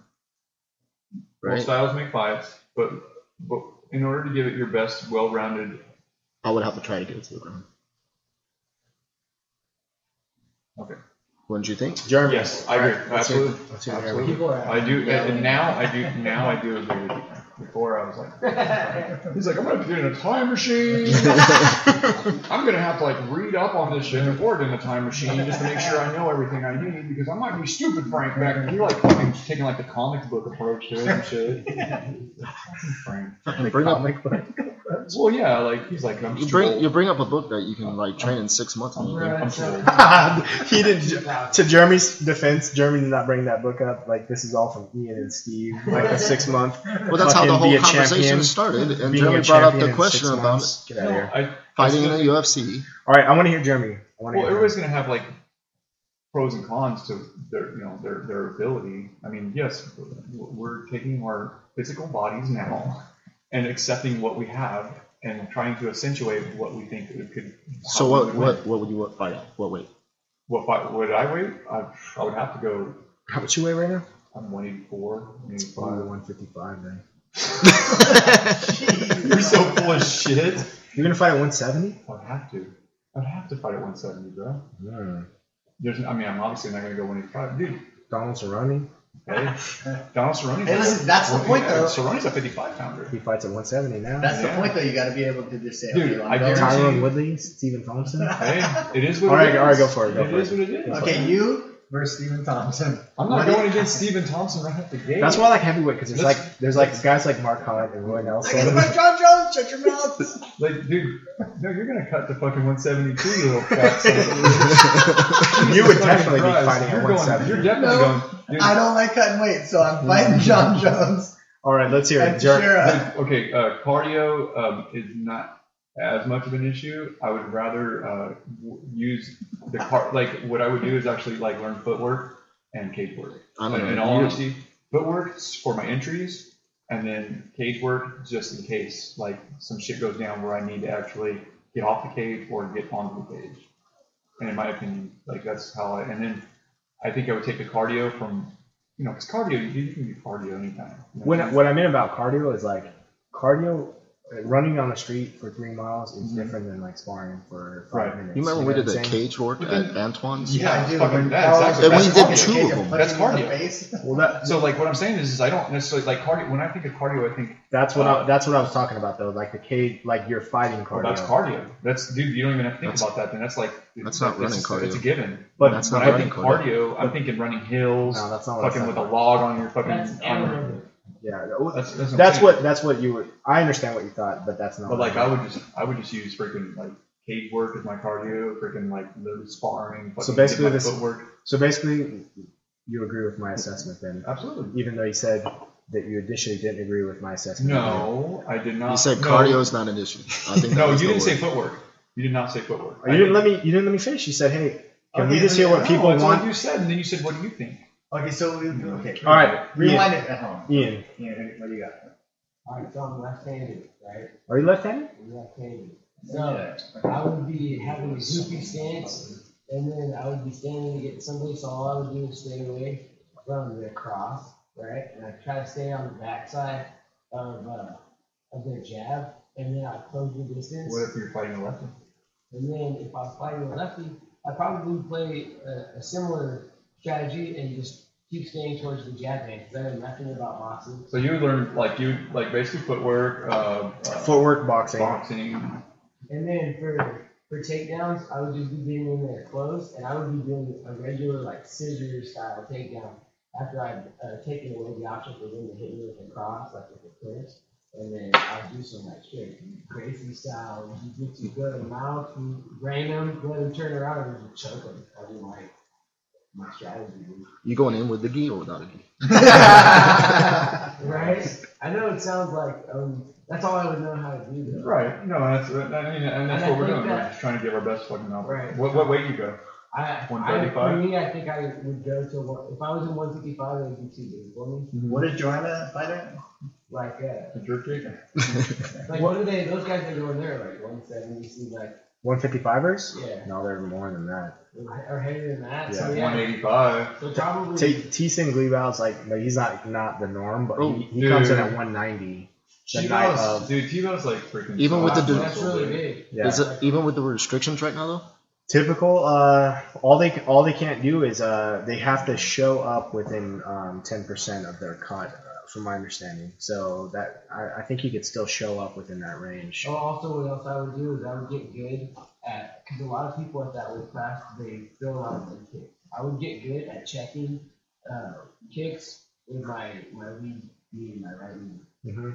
Well, right? styles make fights, but but in order to give it your best, well-rounded. I would have to try to get it to the ground. Okay. Wouldn't you think? Jeremy. Yes, I agree. All right, let's hear- Absolutely. let's hear Jeremy. Absolutely. People are- I do, and now I do. Now I do agree with you. Before I was like, he's like, I'm gonna get in a time machine. I'm gonna have to like read up on this shit before getting a time machine just to make sure I know everything I need because I might be stupid, Frank. Back and you're like fucking taking like the comic book approach to it and shit. Frank. You bring up, Well, yeah, like he's like, I'm you just bring too you old. bring up a book that you can like train in six months. And you think, I'm too old. he didn't. To Jeremy's defense, Jeremy did not bring that book up. Like this is all from Ian and Steve, like a six month. Well, that's how the Fucking whole be a conversation champion. started, and being Jeremy a brought up champion the in question six about months. Get No, out of here. I, fighting in the UFC. All right, I want to hear Jeremy. I want to hear. well, Jeremy. everybody's gonna have like pros and cons to their, you know, their their ability. I mean, yes, we're taking our physical bodies now and accepting what we have and trying to accentuate what we think it could. So how we what would what win. what would you what fight at? What weight? What fight would I wait? I, I would have to go. How much you weigh right now? I'm 184, 185. 155, man. You're so full of shit. You're gonna fight at 170? Hmm. I'd have to. I'd have to fight at 170, bro. There's, I mean, I'm obviously not going to go win his five, dude. Donald Cerrone, Hey, Donald Cerrone. Hey, listen, that's the point, though. Cerrone's a 55 pounder. he fights at 170 now. That's the Yeah. point, though. You got to be able to just say, Dude, okay, well, I I'm going guarantee- to- Tyron Woodley, Stephen Thompson. Hey, it is what All it right, all right, is. go for it, go for is it. what it is. Okay, you versus Stephen Thompson. I'm not What do going you- against Stephen Thompson right at the gate. That's why I like heavyweight because there's Let's- like there's like guys like Mark Hunt and Roy Against Nelson. my John Jones. Shut your mouth. Like, dude, no, you're gonna cut to fucking 172, you little fat son of a bitch. you would Jesus definitely be Christ, fighting you're at going- 170. You're definitely No, going. Dude, I don't like cutting weight, so I'm Mm-hmm. fighting John Jones. All right, let's hear And it. Jer- Shira. like, okay, uh, cardio um, is not as much of an issue. I would rather uh, w- use the car. Like, what I would do is actually like learn footwork and cage work. I But don't in know. all you- honesty, footwork is for my entries, and then cage work just in case like some shit goes down where I need to actually get off the cage or get onto the cage. And in my opinion, like that's how I. And then I think I would take the cardio from you know because cardio you, you can do cardio anytime. you know? When, what I meant about cardio is like cardio, uh, running on the street for three miles is Mhm. different than like sparring for five Right. minutes. You remember know we what did I'm that saying? cage work But at Antoine's? Yeah, I do. fucking When that, Powell was exactly. And we punching did the two cage of and them. That's punching him in the cardio. face. Well, that, so like what I'm saying is, is I don't necessarily like cardio. When I think of cardio, I think that's what I, that's what I was talking about though. Like the cage, like you're fighting well, cardio. Oh, that's cardio. That's dude, you don't even have to think That's- about that. Then that's like that's not running just- It's a cardio. given. but That's When not I running think cardio, cardio. I'm thinking running hills, no, that's not what fucking I was with a talking log on your fucking. That's on your- anaerobic. about. Yeah, well, That's, that's, what, that's I'm what saying. that's what you were. I understand what you thought, but that's not. But what like, I would just, I would just use freaking like cage work as my cardio, freaking like little sparring. Fucking So basically hit my this- footwork. So basically, you agree with my assessment then, Absolutely. even though you said that you initially didn't agree with my assessment. No, I did not. You said Uh, no. cardio is not an issue. I think that No, you was the didn't say word. footwork. You did not say footwork. Oh, you didn't let me. You didn't let me finish. You said, "Hey, can we Okay, just hear let what me- people that's want?" What you said, and then you said, "What do you think?" Okay, so we, okay. All right, rewind it at home. Ian, Ian, what do you got? All right, so I'm left-handed, right? are you left-handed? I'm left-handed. So I would be having a goofy stance, and then I would be standing to get somebody. So all I would do is stay away from the cross, right? And I try to stay on the backside of uh, of their jab, and then I close the distance. What if you're fighting a lefty? And then if I was fighting a lefty, I probably would play a, a similar strategy and just keep staying towards the jab hand because I know nothing about boxing. So you would learn like you like basically footwork, uh, uh, Footwork boxing. boxing. And then for for takedowns, I would just be getting in there close, and I would be doing a regular like scissors style takedown after I'd uh, taken away the option for them to hit me with a cross, like with a clinch. And then I'd do some like shit, crazy style, you get to go to mouth, you brain them, let them turn around, and just choke them. I mean, like my strategy. You going in with the gi or without a gi? Right? I know it sounds like um, that's all I would know how to do though. Right. No, that's I mean, and that's And I what we're think doing. that- We're just trying to give our best fucking out. Right. What, what weight you go? I, I 135? for me, I think I would go to one, if I was in 155, it would be too big for me. What did Joanna fight at? Like, uh, The jerk chicken. like what are they? Those guys that go in there like 170, seems like 155ers? yeah, No, they're more than that. or heavier than that. so Yeah. yeah, 185. so probably T- Tison Gleebow's like, no, he's not not the norm, but Oh, he, he comes in dude. at 190. The night T-Bell's, of- dude, T-Bell's like freaking. Even with the solid dude- that's muscle, really dude. big. Yeah. Is it, even with the restrictions right now, though? Typical. Uh, all they all they can't do is uh, they have to show up within um, 10% of their cut, uh, from my understanding. So that I, I think he could still show up within that range. Oh, also, what else I would do is I would get good at because a lot of people at that weight class they throw out their kick. I would get good at checking uh, kicks with my my lead knee, my right knee. hmm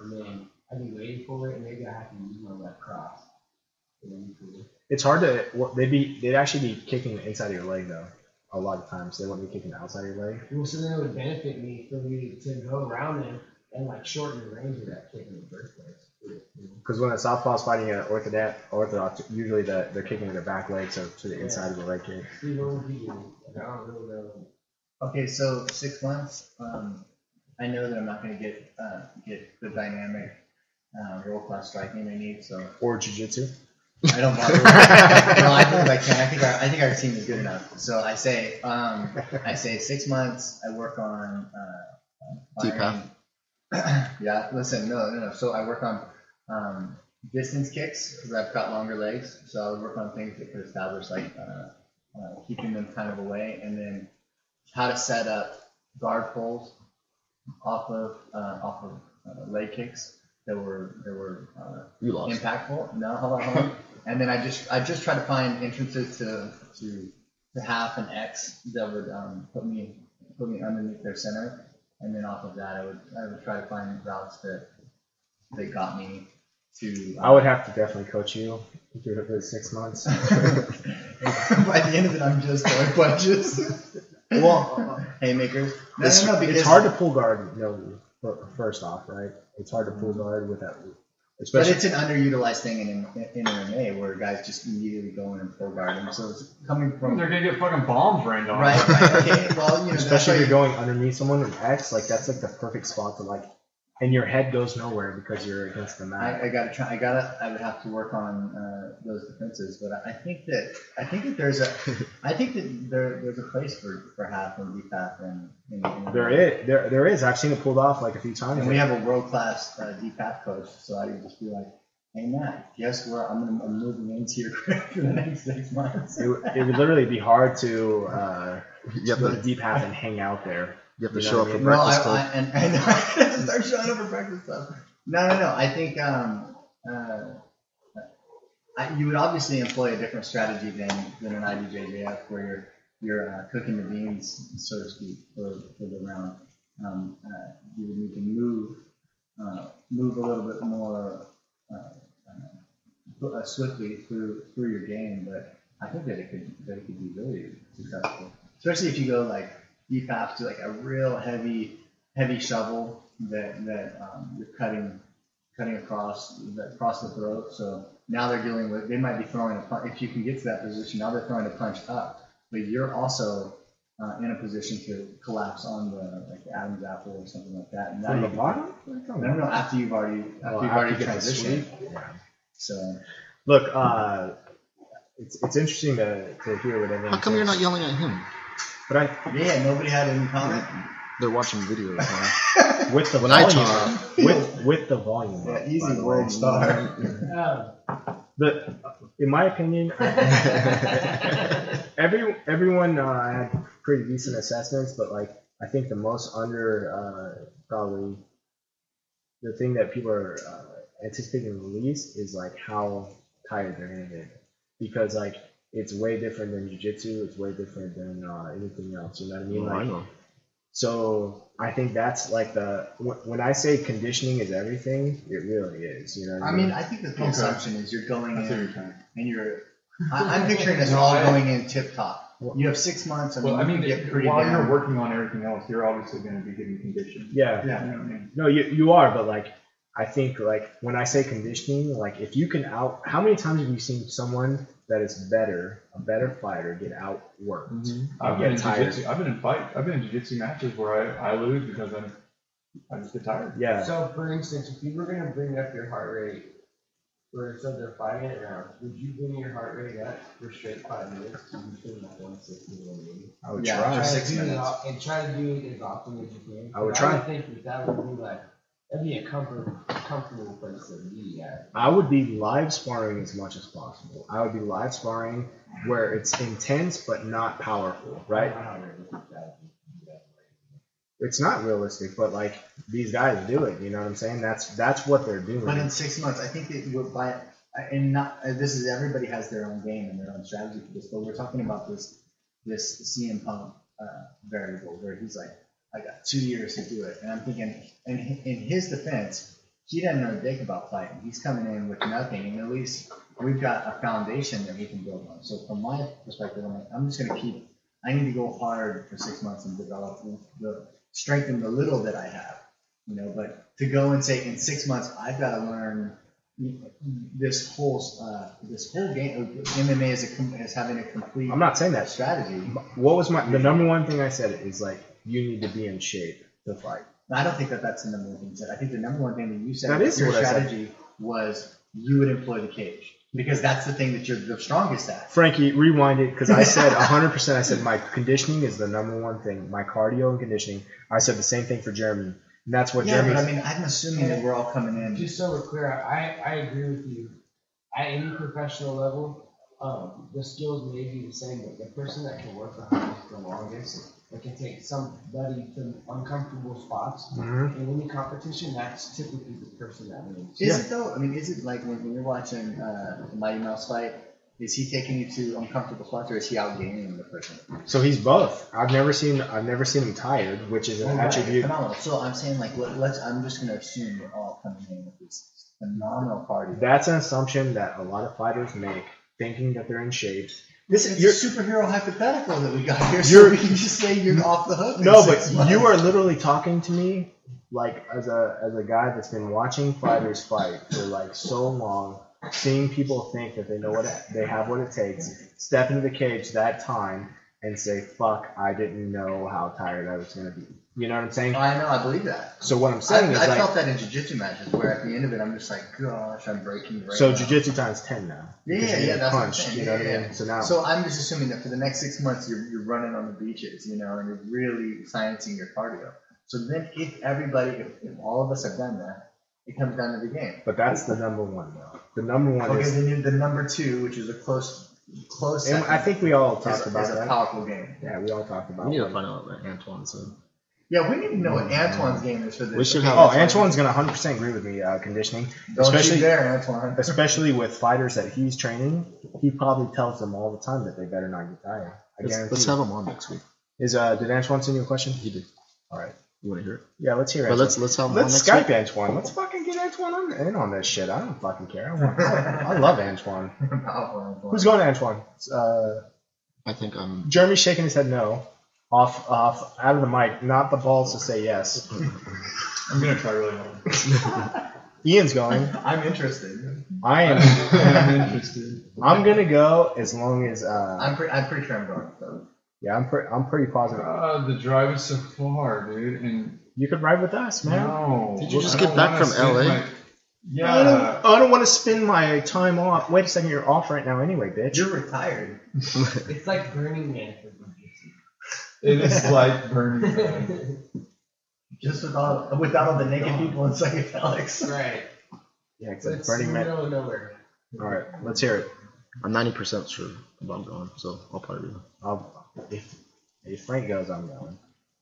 and then I'd be waiting for it, and maybe I have to use my left cross. And then cool. It's hard to. well, They'd be they'd actually be kicking the inside of your leg though. A lot of times they wouldn't be kicking the outside of your leg. Well, so then it would benefit me for me to go around them and like shorten the range of that kick in the first place. Yeah. Because when a southpaw's fighting an orthodox, orthodox usually the, they're kicking with their back leg, so to the inside of the leg kick. See, what would you do? I don't really know. Okay, so six months. Um, I know that I'm not going to get uh, get the dynamic uh, world class striking I need, so Or jujitsu. I don't bother. no, I think I can. I think our, I think our team is good enough. So I say, um, I say six months. I work on. Uh, Deepak. firing- yeah. Listen, no, no, no. So I work on um, distance kicks because I've got longer legs. So I would work on things that could establish like uh, uh, keeping them kind of away, and then how to set up guard poles off of uh, off of uh, leg kicks that were that were uh, You lost. impactful. No, hold on, hold on. and then I just I just try to find entrances to to to half and X that would um, put me put me underneath their center, and then off of that I would I would try to find routes that that got me to. uh, I would have to definitely coach you through those six months. By the end of it, I'm just throwing punches. well, Haymakers. No, it's, no, no, because it's hard to pull guard. You know, fir- first off, right? It's hard to pull guard with that, Mm-hmm. But especially it's an underutilized thing in, in, in MMA where guys just immediately go in and full guard them. So it's coming from They're right, gonna get fucking bombs rained on. them. right. Okay, well, you know, that's especially why if you're you- going underneath someone in X. Like that's like the perfect spot to like, and your head goes nowhere because you're against the mat. I, I gotta try. I gotta. I would have to work on uh, those defenses, but I I think that I think that there's a I think that there, there's a place for, for half and deep half and, and, and There is there there is. I've seen it pulled off like a few times. And we have a world class uh, DPAP coach, so I can just be like, hey, Matt, guess where I'm, gonna, I'm moving into your career for the next six months. it, would- it would literally be hard to uh, You have go to to, deep half and hang out there. you have to You know show what up I for mean? No, I, breakfast I, club. and, and I start showing up for breakfast stuff. No, no, no. I think um, uh, I, you would obviously employ a different strategy than, than an IBJJF where you're you're uh, cooking the beans, so to speak, for, for the round. Um, uh, you would need to move uh, move a little bit more uh, uh, uh, swiftly through through your game, but I think that it could that it could be really successful, especially if you go like deep half to like a real heavy heavy shovel that that um, you're cutting cutting across the, across the throat. So now they're dealing with they might be throwing a punch. If you can get to that position, now they're throwing a punch up, but you're also uh, in a position to collapse on the like the Adam's apple or something like that. And now From the you- bottom? I don't know after you've already after Oh, you've after already you get the transitioned. sweep? Yeah. So Look, uh, it's, it's interesting to, to hear what everyone. How come you're not thinks, yelling at him? But I, yeah, nobody had any comment. They're watching videos. Huh? with the When I volume, talk- up- with with the volume, Yeah, up, by easy the world way. star. Oh. The, uh, in my opinion, Um, every everyone uh, had pretty decent assessments, but like I think the most under uh, probably the thing that people are uh, anticipating the least is like how tired they're gonna get because like it's way different than jujitsu, it's way different than uh, anything else. You know what I mean? Well, like, Oh, I know. So I think that's like the wh- when I say conditioning is everything, it really is. You know, what I mean, I think that the Okay. assumption is you're going That's what in you're trying. and you're. I, I'm picturing us all going in tip top. You have six months, and Well, I mean, you get pretty while down. you're working on everything else, you're obviously going to be getting conditioned. yeah, Yeah, you know what I mean. no, you you are, but like I think like when I say conditioning, like if you can out, how many times have you seen someone that is better, a better fighter, get outworked? Mm-hmm. Mm-hmm. I've You been in get tired. jiu-jitsu. I've been in fight. I've been in jiu-jitsu matches where I, I lose because I'm I just get tired. Yeah, So, for instance, if you were gonna bring up your heart rate for so they're fighting it now, would you bring your heart rate up for straight five minutes to between like one sixty and one eighty? I would Yeah, try. For Try to six do it minutes. all- And try to do it as often as you can. I would But try. I think that that would be like, that'd be a comfort, comfortable place to be at. I would be live sparring as much as possible. I would be live sparring where it's intense but not powerful, right? I don't know how realistic that would be. Yeah. it's not realistic, but like these guys do it. You know what I'm saying? That's that's what they're doing. But in six months, I think that we're by and not uh, this is everybody has their own game and their own strategy for this, but we're talking about this this CM Punk uh, variable where he's like, I got two years to do it, and I'm thinking, and hi- in his defense, he doesn't know a dick about fighting. He's coming in with nothing, and at least we've got a foundation that we can build on. So from my perspective, I'm like, I'm just gonna keep. I need to go hard for six months and develop the strengthen the little that I have you know but to go and say in six months i've got to learn this whole uh, this whole game mma is, a, com- is having a complete I'm not saying that. strategy What was my the number one thing I said is like you need to be in shape to fight. i don't think that that's the number one thing you said i think the number one thing that you said That with is your what I said. strategy was you would employ the cage because that's the thing that you're the strongest at Frankie, rewind it because I said 100. percent I said my conditioning is the number one thing. My cardio and conditioning. I said the same thing for Jeremy, and that's what yeah, Jeremy. but I mean, I'm assuming that we're all coming in. Just so we're clear, I, I agree with you. At any professional level, um, the skills may be the same, but the person that can work the hardest the longest, that can take somebody to uncomfortable spots. Mm-hmm. In any competition, that's typically the person that wins. Is it though? I mean, is it like when, when you're watching uh, the Mighty Mouse fight? Is he taking you to uncomfortable spots, or is he outgaining the person? So he's both. I've never seen I've never seen him tired, which is an Oh, Right, attribute. Phenomenal. So I'm saying like let, let's. I'm just gonna assume we're all coming in with this phenomenal party. That's an assumption that a lot of fighters make, thinking that they're in shape. This is You're- your superhero hypothetical that we got here. so You're- we can just say you're off the hook. in No, but six months. you are literally talking to me like as a as a guy that's been watching fighters fight for like so long, seeing people think that they know what it, they have what it takes, step into the cage that time and say, "Fuck, I didn't know how tired I was gonna be." You know what I'm saying? Oh, I know. I believe that. So what I'm I, saying is I like, felt that in jujitsu matches where at the end of it I'm just like, gosh, I'm breaking. Right so now. jujitsu time's ten now. Yeah, because yeah, you yeah, get that's what I'm punched, saying, You know yeah, what I yeah. mean? So now, So I'm just assuming that for the next six months you're, you're running on the beaches, you know, and you're really sciencing your cardio. So then if everybody, if, if all of us have done that, it comes down to the game. but that's the number one though. The number one Okay, is, then you- the number two, which is a close, close. and second, I think we all is- talked about is a that. powerful game. Yeah, we all talked about. We need to that. find out what Antoine said. Yeah, we need to know what Antoine's game is for this. We should Okay, have- Oh, Antoine's gonna 100% agree with me. Uh, conditioning, Don't especially- you dare, Antoine. especially with fighters that he's training, he probably tells them all the time that they better not get tired. I Let's, guarantee. let's you. have him on next week. Is uh, did Antoine send you a question? He did. All right. You want to hear it? Yeah, let's hear it. But let's let's have him on let's next Skype week. Antoine. Let's fucking get Antoine on, in on this shit. I don't fucking care. I, want, I, I love Antoine. Powerful Antoine. Who's going to Antoine? It's, Uh, I think I'm. Jeremy's shaking his head no. Off, off, out of the mic. Not the balls to say yes. I'm gonna try really hard. Ian's going. I'm interested. I am. I'm interested. I'm gonna go as long as. Uh, I'm pretty. I'm pretty sure I'm going. So. yeah, I'm pretty. I'm pretty positive. Uh, the drive is so far, dude, and You could ride with us, man. no. Did you just I get don't back wanna from spend LA? my- I yeah. don't, I don't want to spend my time off. Wait a second, you're off right now anyway, bitch. You're retired. It's like Burning Man for jujitsu. It is like Burning Man. Just with all, without all the naked people and psychedelics. right. Yeah, It's except Burning Man. middle of nowhere. All right, let's hear it. I'm 90% sure about going, so I'll probably be there. I'll, if if Frank goes, I'm going.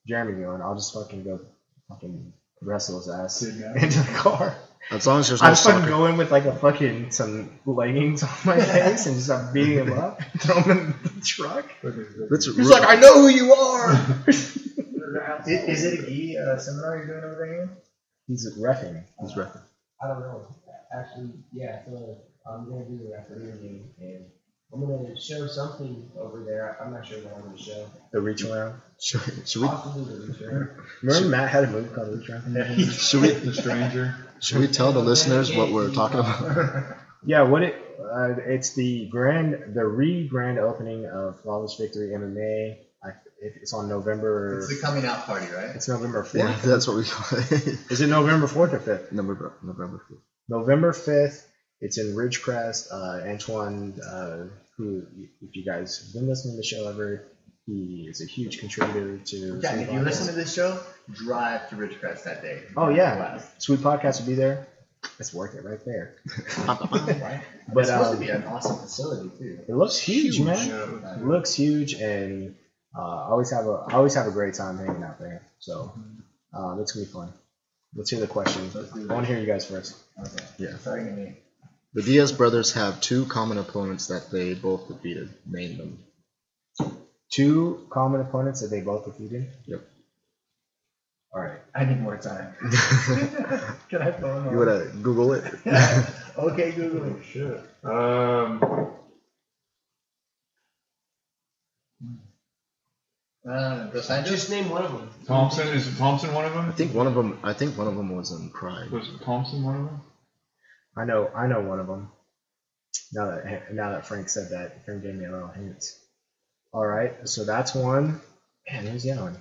Jeremy going. I'll just fucking go fucking wrestle his ass Dude, man. into the car. As long as there's no I'm fucking soccer. going with like a fucking some leggings on my face and just I'm beating him up, throw him in the truck. Let's He's like, I know who you are. I- Is, it a gi uh, seminar you're doing over there? Ian? He's refing. He's referencing. I don't know. Actually, yeah. So I'm gonna do the refereeing, and I'm gonna show something over there. I'm not sure what I'm gonna show. The reach around. Should, should we Possibly the return. Remember Matt had a move called reach around. should we The stranger. should we tell the listeners what we're talking about? Yeah, what it uh, it's the grand the re grand opening of Flawless Victory MMA. I, it, it's on November. It's It's, the coming out party, right? November fourth. Yeah, that's what we call it. Is it November fourth or fifth? November November fifth. November fifth. It's in Ridgecrest. Uh, Antoine, uh, who if you guys have been listening to the show ever, he is a huge contributor to. Yeah, if Sweet you Podcast. listen to this show, drive to Ridgecrest that day. Oh, yeah. Wow. Sweet Podcast will be there. It's worth it right there. Right? But, But it's supposed um, to be an awesome facility too. it looks huge, man. Yeah. It looks huge, and uh, I always have a I always have a great time hanging out there. So uh, that's gonna be fun. Let's hear the questions. Let's do I that. want to hear you guys first. Okay. Yeah. Sorry, Ian. The Diaz brothers have two common opponents that they both defeated. Name them. Two common opponents that they both defeated. Yep. All right. I need more time. Can I phone? You wanna Google it? okay, Google it. Shit. Um, Uh, Dos Anjos? Just name one of them. Thompson is Thompson one of I them? think one of them. I think one of them was in Pride. Was Thompson one of them? I know I know one of them. Now that now that Frank said that, Frank gave me a little hint. All right. So that's one. Man, who's the other one?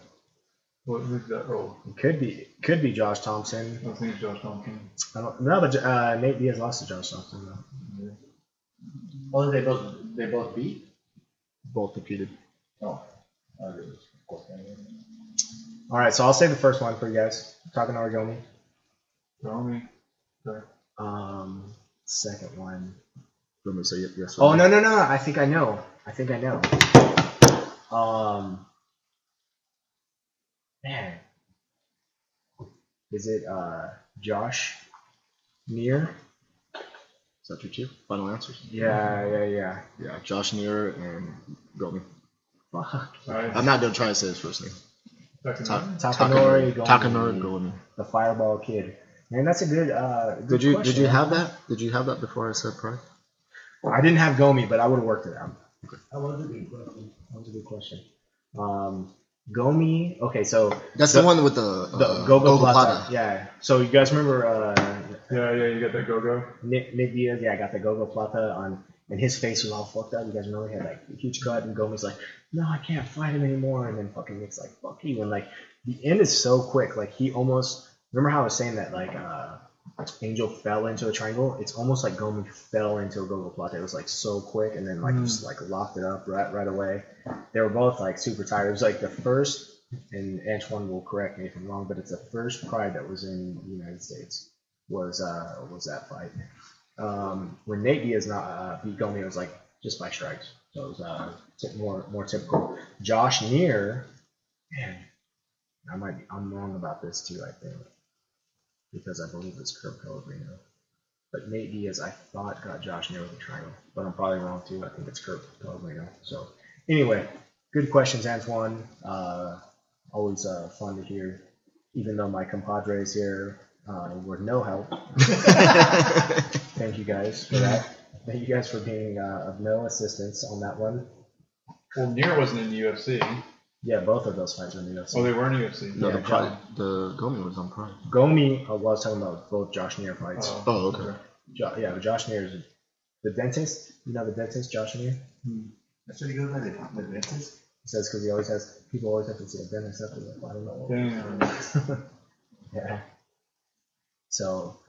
What who's that role? It could be could be Josh Thompson. I think it's Josh Thompson. I don't. No, but uh, Nate Diaz lost to Josh Thompson though. Oh, they both they both beat. Both defeated. Oh. Okay. Of course, I mean, All right. So I'll say the first one for you guys. Talking Argomi. Tell me. Um, second one. You want me to say it- yes or Oh no no no! I think I know. I think I know. Um, man, is it uh Josh Near? Is that your two final answers? Mm-hmm. Yeah yeah yeah. Yeah, Josh Neer and Gomi. Fuck. Alright, I'm not gonna try to say his first name. second Ta- round. Takanori Gomi. Takanori Gomi. The Fireball Kid. Man, that's a good. Uh, good Did you question. did you have that? Did you have that before I said pride? I didn't have Gomi, but I would have worked it out. That was a good question. That was a good question. Um, Gomi. Okay, so That's the, The- one with the, uh, the Gogo Gogo Plata. Yeah. So you guys remember uh, Yeah, yeah, you got that go go. Nick, Nick Diaz, yeah, got the Gogo Plata on, and his face was all fucked up. You guys remember he had like a huge cut, and Gomez's like, no, I can't fight him anymore. And then fucking Nick's like, fuck you. And like, the end is so quick. Like, he almost, remember how I was saying that, like, uh, Angel fell into a triangle? It's almost like Gomez fell into a Gogo Plata. It was like so quick, and then like Mm. just like locked it up right, right away. They were both like super tired. It was like the first, and Antoine will correct me if I'm wrong, but it's the first pride that was in the United States was uh was that fight. Um, when Nate Diaz not uh, beat Gomi, it was like just by strikes. So it was uh, ty- more more typical. Josh Neer, man, I might be, I'm wrong about this too. I think because I believe it's Kurt Pellegrino, but Nate Diaz I thought got Josh Neer with a triangle, but I'm probably wrong too. I think it's Kurt Pellegrino. So anyway, good questions, Antoine. Uh, always uh, fun to hear. Even though my compadres here uh, were no help, Thank you guys for that. Thank you guys for being uh, of no assistance on that one. Well, Nier wasn't in the UFC. Yeah, both of those fights were new. Oh, So they were in the UFC. no, Yeah, the pride. The Gomi was on pride. Gomi, uh, I was talking about both Josh Neer fights. Oh. Oh, okay. Jo- yeah, but Josh Neer is the dentist. You know the dentist, Josh Neer? Should he go by the, the dentist? He says because he always has people always have to see a dentist after the fight. I don't know. Damn. Yeah. So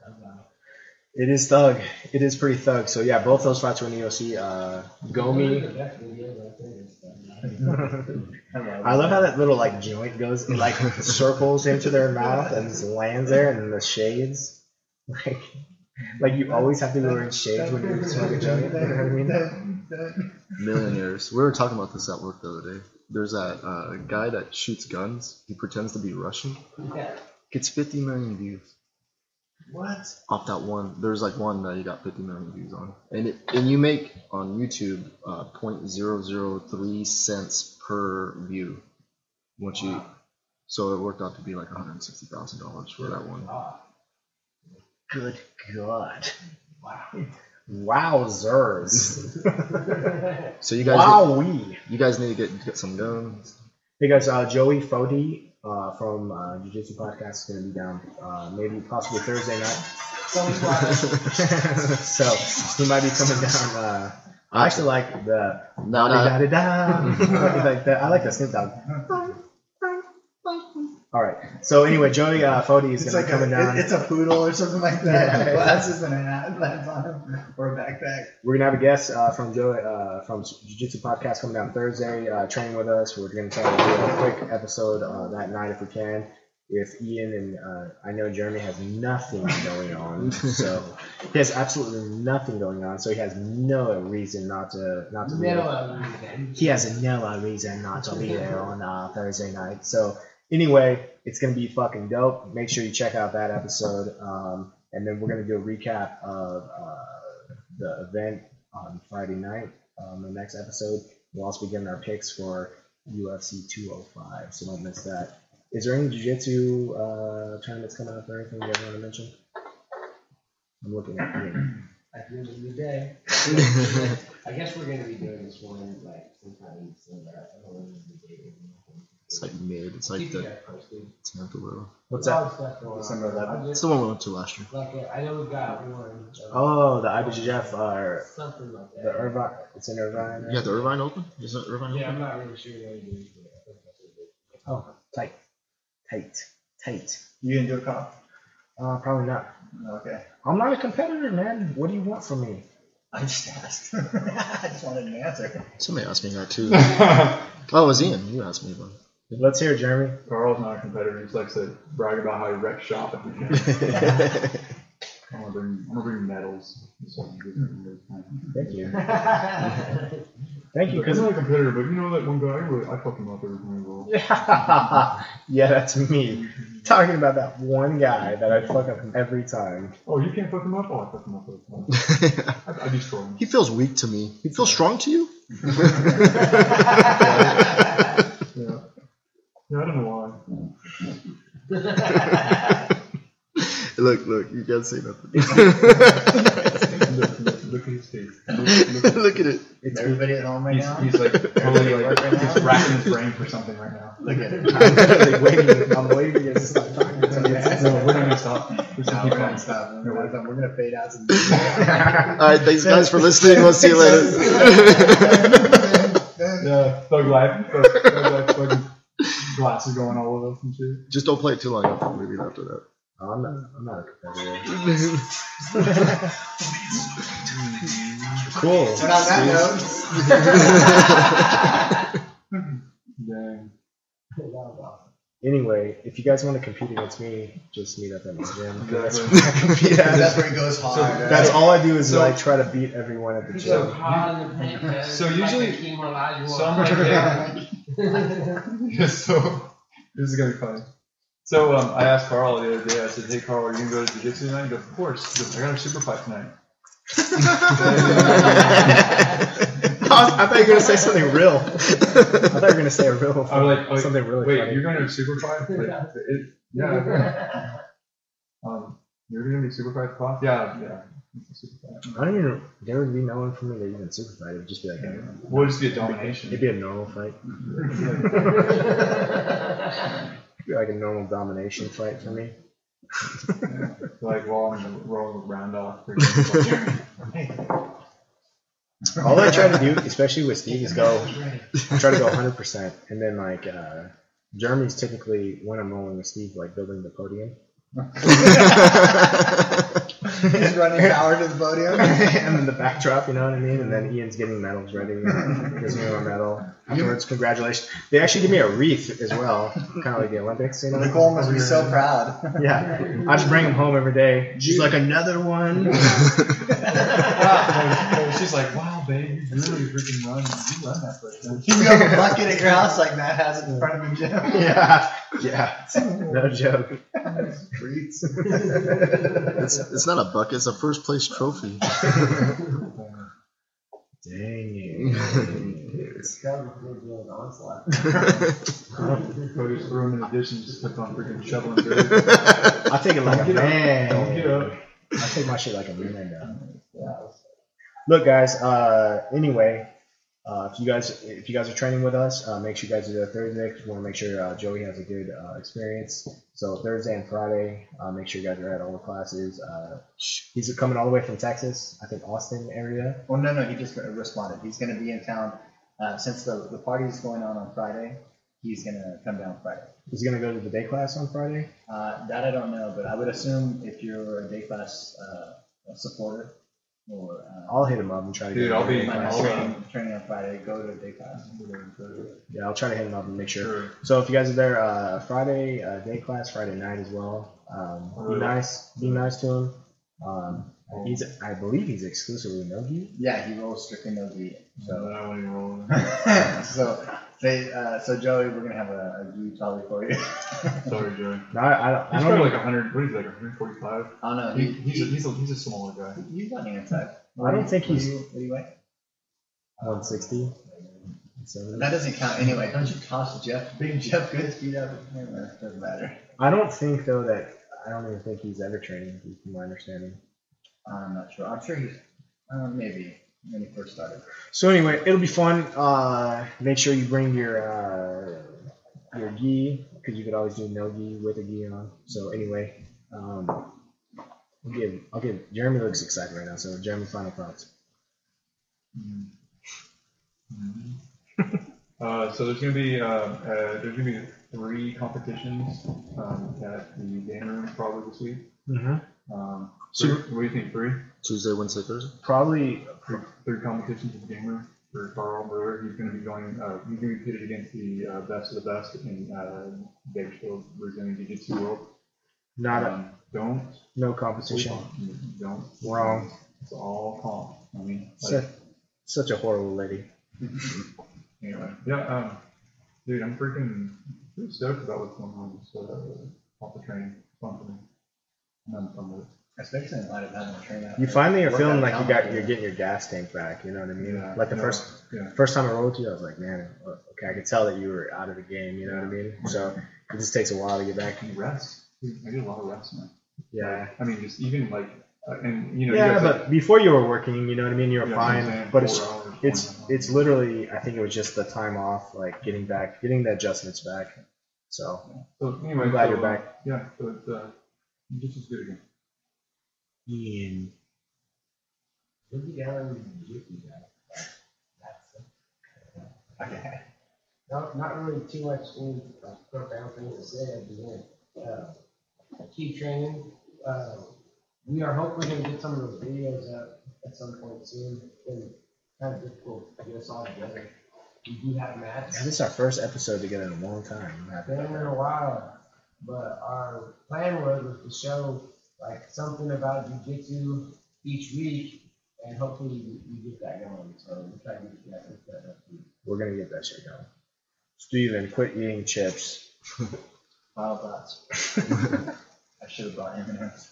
it is thug. It is pretty thug. So yeah, both those fights were in the UFC. Uh, Gomi. The best videos I've seen is uh, that. I love how that little like joint goes, it, like circles into their mouth and just lands there, and the shades, like, like you always have to be wearing shades when you're smoking a joint. You know what I mean? Millionaires. We were talking about this at work the other day. There's that uh, guy that shoots guns. He pretends to be Russian. Yeah. Gets 50 million views What? off that one. There's like one that he got 50 million views on, and it, and you make on YouTube uh, 0.003 cents per view once you. So it worked out to be like 160 thousand dollars for that one. Good God! Wow! Wowzers! So you guys, Wowee! you guys need to get get some guns. Hey guys, uh, Joey Fodi uh, from uh, Jiu Jitsu Podcast is going to be down, uh, maybe possibly Thursday night. Someone brought up so he might be coming down. Uh, I actually like the No, no. Da-da-da-da. like that. I like the Snoop Dogg. All right. So anyway, Joey uh, Fody is It's gonna like be coming a, down. it- it's a poodle or something like that. Yeah. Glasses and a hat, that's on him, or a backpack. We're gonna have a guest uh, from Joey uh, from Jiu Jitsu Podcast coming down Thursday, uh, training with us. We're gonna try to do a quick episode uh, that night if we can. If Ian and uh, I know Jeremy has nothing going on, so he has absolutely nothing going on, so he has no reason not to not to be No, um, he has no reason not to be there on uh, Thursday night. So anyway, it's gonna be fucking dope. Make sure you check out that episode, um, and then we're gonna do a recap of uh, the event on Friday night. Um, the next episode, we'll also be giving our picks for UFC 205. So don't miss that. Is there any jiu-jitsu uh, tournaments coming up or anything you guys want to mention? I'm looking at you. at the end of the day. I guess we're gonna be doing this one like sometime in December. I don't know when the date It's like mid. It's like Keep you the guys posted. tenth or whatever. What's There's up? always stuff going on. December 11th. I It's just- the one we went to last year. Like, uh, I know we've got one. uh, Oh, the IBJJF are Something like that. the Irvine. It's in Irvine. right? Yeah, the Irvine Open. Is it Irvine Yeah, I'm Open? not really sure what it is, but I think that's what it is. Oh, tight, tight, tight. You didn't do a call? Uh, probably not. Okay. I'm not a competitor, man. What do you want from me? I just asked. I just wanted an answer. Somebody asked me that too. Carl's Oh, it was Ian. You asked me about. Let's hear, it, Jeremy. not a competitor. He just likes to brag about how he wrecked shop at the gym. it. I'm a bring I'm gonna bring medals. So you guys can really kind of- Thank you. yeah. Thank you. Like, It's not a competitor, but you know that one guy I really I fuck him up every time I roll. yeah, that's me. Talking about that one guy that I fuck up every time. Oh, you can't fuck him up? Oh, I fuck him up every time. I, I destroy him. he feels weak to me. He feels strong to you? Yeah. Yeah, I don't know why. Look, look, you can't say nothing. Look, look, look at his face. Look, look. look at it. It's everybody at home right He's, now. he's like totally like Right now? he's racking his brain for something right now. Look at it. I'm literally waiting. I'm waiting to stop talking to you. Yeah. No, we're gonna stop. We're No, gonna we're keep gonna going. stop. We're gonna, stop. We're gonna fade out some. All right, thanks guys for listening. We'll see you later. Yeah, thug life. Thug, thug life fucking glasses going all over us and shit. Just don't play it too long after the movie after that. I'm not, I'm not a competitor. Cool. and on that note, Dang. Anyway, if you guys want to compete against me, just meet up at my gym. Exactly. that's where he goes hard. right? That's all I do is So- like try to beat everyone at the He's gym. so hot in the paint, man. So It's like usually- a King Olajuwon. Some right there. Yeah, so this is gonna be funny. So um, I asked Carl the other day. I said, "Hey Carl, are you gonna go to jiu-jitsu tonight?" He goes, "Of course." He goes, "I got a super fight tonight." I, was- I thought you were gonna say something real. I thought you were gonna say a real I was like, something really "Wait, funny. you're gonna have super fight?" Like, it, yeah. I am. Um, you're gonna be super fight class? Yeah, yeah. Super fight. I don't even. There would be no one for me to even super fight. It would just be like a, We'll just be a domination. it'd be a normal fight. It'd be like a normal domination fight for me. like rolling the rolling around off. for example, like, Jeremy, All I try to do, especially with Steve, is go try to go 100 percent, and then like uh, Jeremy's typically when I'm rolling with Steve, like building the podium, he's running power to the podium. and then the backdrop, you know what I mean? And then Ian's getting medals ready, you know, gives me a medal. Afterwards, congratulations. They actually give me a wreath as well, kind of like the Olympics, you know. Nicole must be so proud. Yeah, I just bring them home every day. She's like another one. wow, she's like, wow, babe, you really freaking run. You run that person. You go from bucket at your house like Matt has it in front of the gym. yeah, yeah, no joke. Streets. It's, it's not a bucket, it's a first place trophy. Dang it. Go just throw him in the dish and just kept on freaking shoveling dirt. I take it like Don't a get up. man. Don't get up. I take my shit like a man now. Look, guys. Uh, anyway, uh, if you guys if you guys are training with us, uh, make sure you guys do that Thursday. 'cause we want to make sure uh, Joey has a good uh, experience. So Thursday and Friday, uh, make sure you guys are at all the classes. Uh, he's coming all the way from Texas, I think Austin area. Well, no, no, he just responded. He's going to be in town uh, since the the party's going on on Friday. He's going to come down Friday. He's gonna go to the day class on Friday. Uh, that I don't know, but I would assume if you're a day class uh, supporter or uh, I'll hit him up and try to Dude, get him I'll to the be- day class. I'll- training, training on Friday, go to a day class. Yeah, I'll try to hit him up and make sure. Sure. So if you guys are there uh, Friday uh, day class, Friday night as well, um, be Really? Oh. nice, be nice to him. Um, he's, I believe he's exclusively nogi. Yeah, he rolls strictly no gi. So then I won't even roll. Mm-hmm. so they, uh, so Joey, we're gonna have a, a gi probably for you. Sorry, Joey. No, I, I don't. I He's don't, probably like even, 100, what is he, like 145? I don't know. He, He, he's, a, he's, a, he's a smaller guy. he's on the inside. I don't think What do he's you- What do you weigh? 160. 70. That doesn't count anyway. Don't you toss Jeff, big Jeff Goodspeed out of the camera? Doesn't matter. I don't think though that I don't even think he's ever training, from my understanding. I'm not sure. I'm sure he's, uh, maybe when he first started. So anyway, it'll be fun. Uh, make sure you bring your uh, your gi because you could always do no gi with a gi on. So anyway, um, I'll give I'll give Jeremy looks excited right now. So Jeremy, final thoughts. Uh, so there's gonna be uh, uh, there's gonna be three competitions um, at the game room probably this week. Mm-hmm. Um, So- three- what do you think? Three, Tuesday, Wednesday, Thursday? Probably three, three competitions at the game room for Carl Brewer. He's gonna be going. Uh, he's gonna be pitted against the uh, best of the best in uh, Bakersfield Brazilian Jiu-Jitsu world. Not a, Um, Don't no sleep competition. on it. Don't. Wrong. It's all calm. I mean, like, Such, such a horrible lady. anyway, yeah, um, dude, I'm freaking pretty stoked about what's going on. So uh, off the train, It's fun for me. I'm having fun with it. Especially in light of having a train out. You finally are Work feeling out like you down got there. you're getting your gas tank back. You know what I mean? Yeah, like the no, first yeah. first time I rolled with you, I was like, man, okay, I could tell that you were out of the game. You know what I mean? So it just takes a while to get back. You rest. Dude, I did a lot of rest, man. Yeah. I mean, just even like, uh, and you know, you Yeah, guys, like, but before you were working, you know what I mean. You were you know what I'm fine, saying? but it's Four hours, four and a it's half it's literally. I think it was just the time off, like getting back, getting the adjustments back. So hours. So anyway, I'm glad so, you're uh, back. Yeah, so it's uh, just as good again. Ian, Look at that, I'm looking at it. That's it. Okay. Not, not really too much in uh, profound things to say at the end. Uh, keep training. Uh, we are hopefully going to get some of those videos up at some point soon. It's kind of difficult to get us all together. We do have man, matches. this is our first episode together in a long time. I'm happy Been about in that. a while, but our plan was, was to show like something about jujitsu each week, and hopefully we, we get that going. So we're trying to get that, get that up. We're gonna get that shit going. Steven, quit eating chips. Final thoughts. I should have brought M&M's.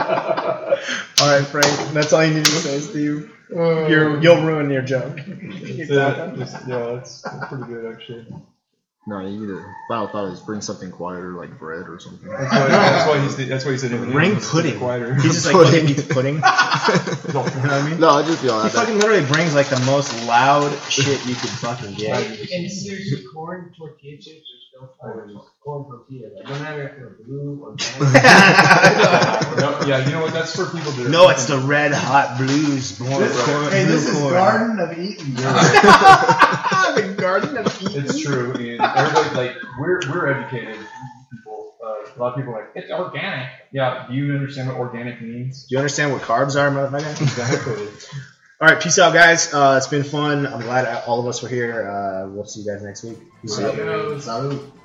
All right, Frank, that's all you need to say, Steve. You're, you'll ruin Uh, your joke. That's it. Just- yeah, that's, that's pretty good actually. No, you need to. Final thought is bring something quieter, like bread or something. That's why, that's why he's that's why he said everything Ring was pudding. Quieter. He just like fucking eats pudding. You know what I mean? no, I just feel He like that. fucking literally brings like the most loud shit you could fucking get. And and there's your corn tortilla chips or still corn, corn tortilla. Like, no matter if they're blue or brown. No, yeah, you know what? That's for people that. Are no, it's the red hot blues. Born This- corn, Hey, this blue is corn. Garden of Eden. the garden of Eden. It's true, and everybody like we're we're educated people. Uh, a lot of people are like it's organic. Yeah, do you understand what organic means? Do you understand what carbs are, motherfucker? Exactly. All right, peace out, guys. Uh, it's been fun. I'm glad all of us were here. Uh, we'll see you guys next week. Peace out. Salute.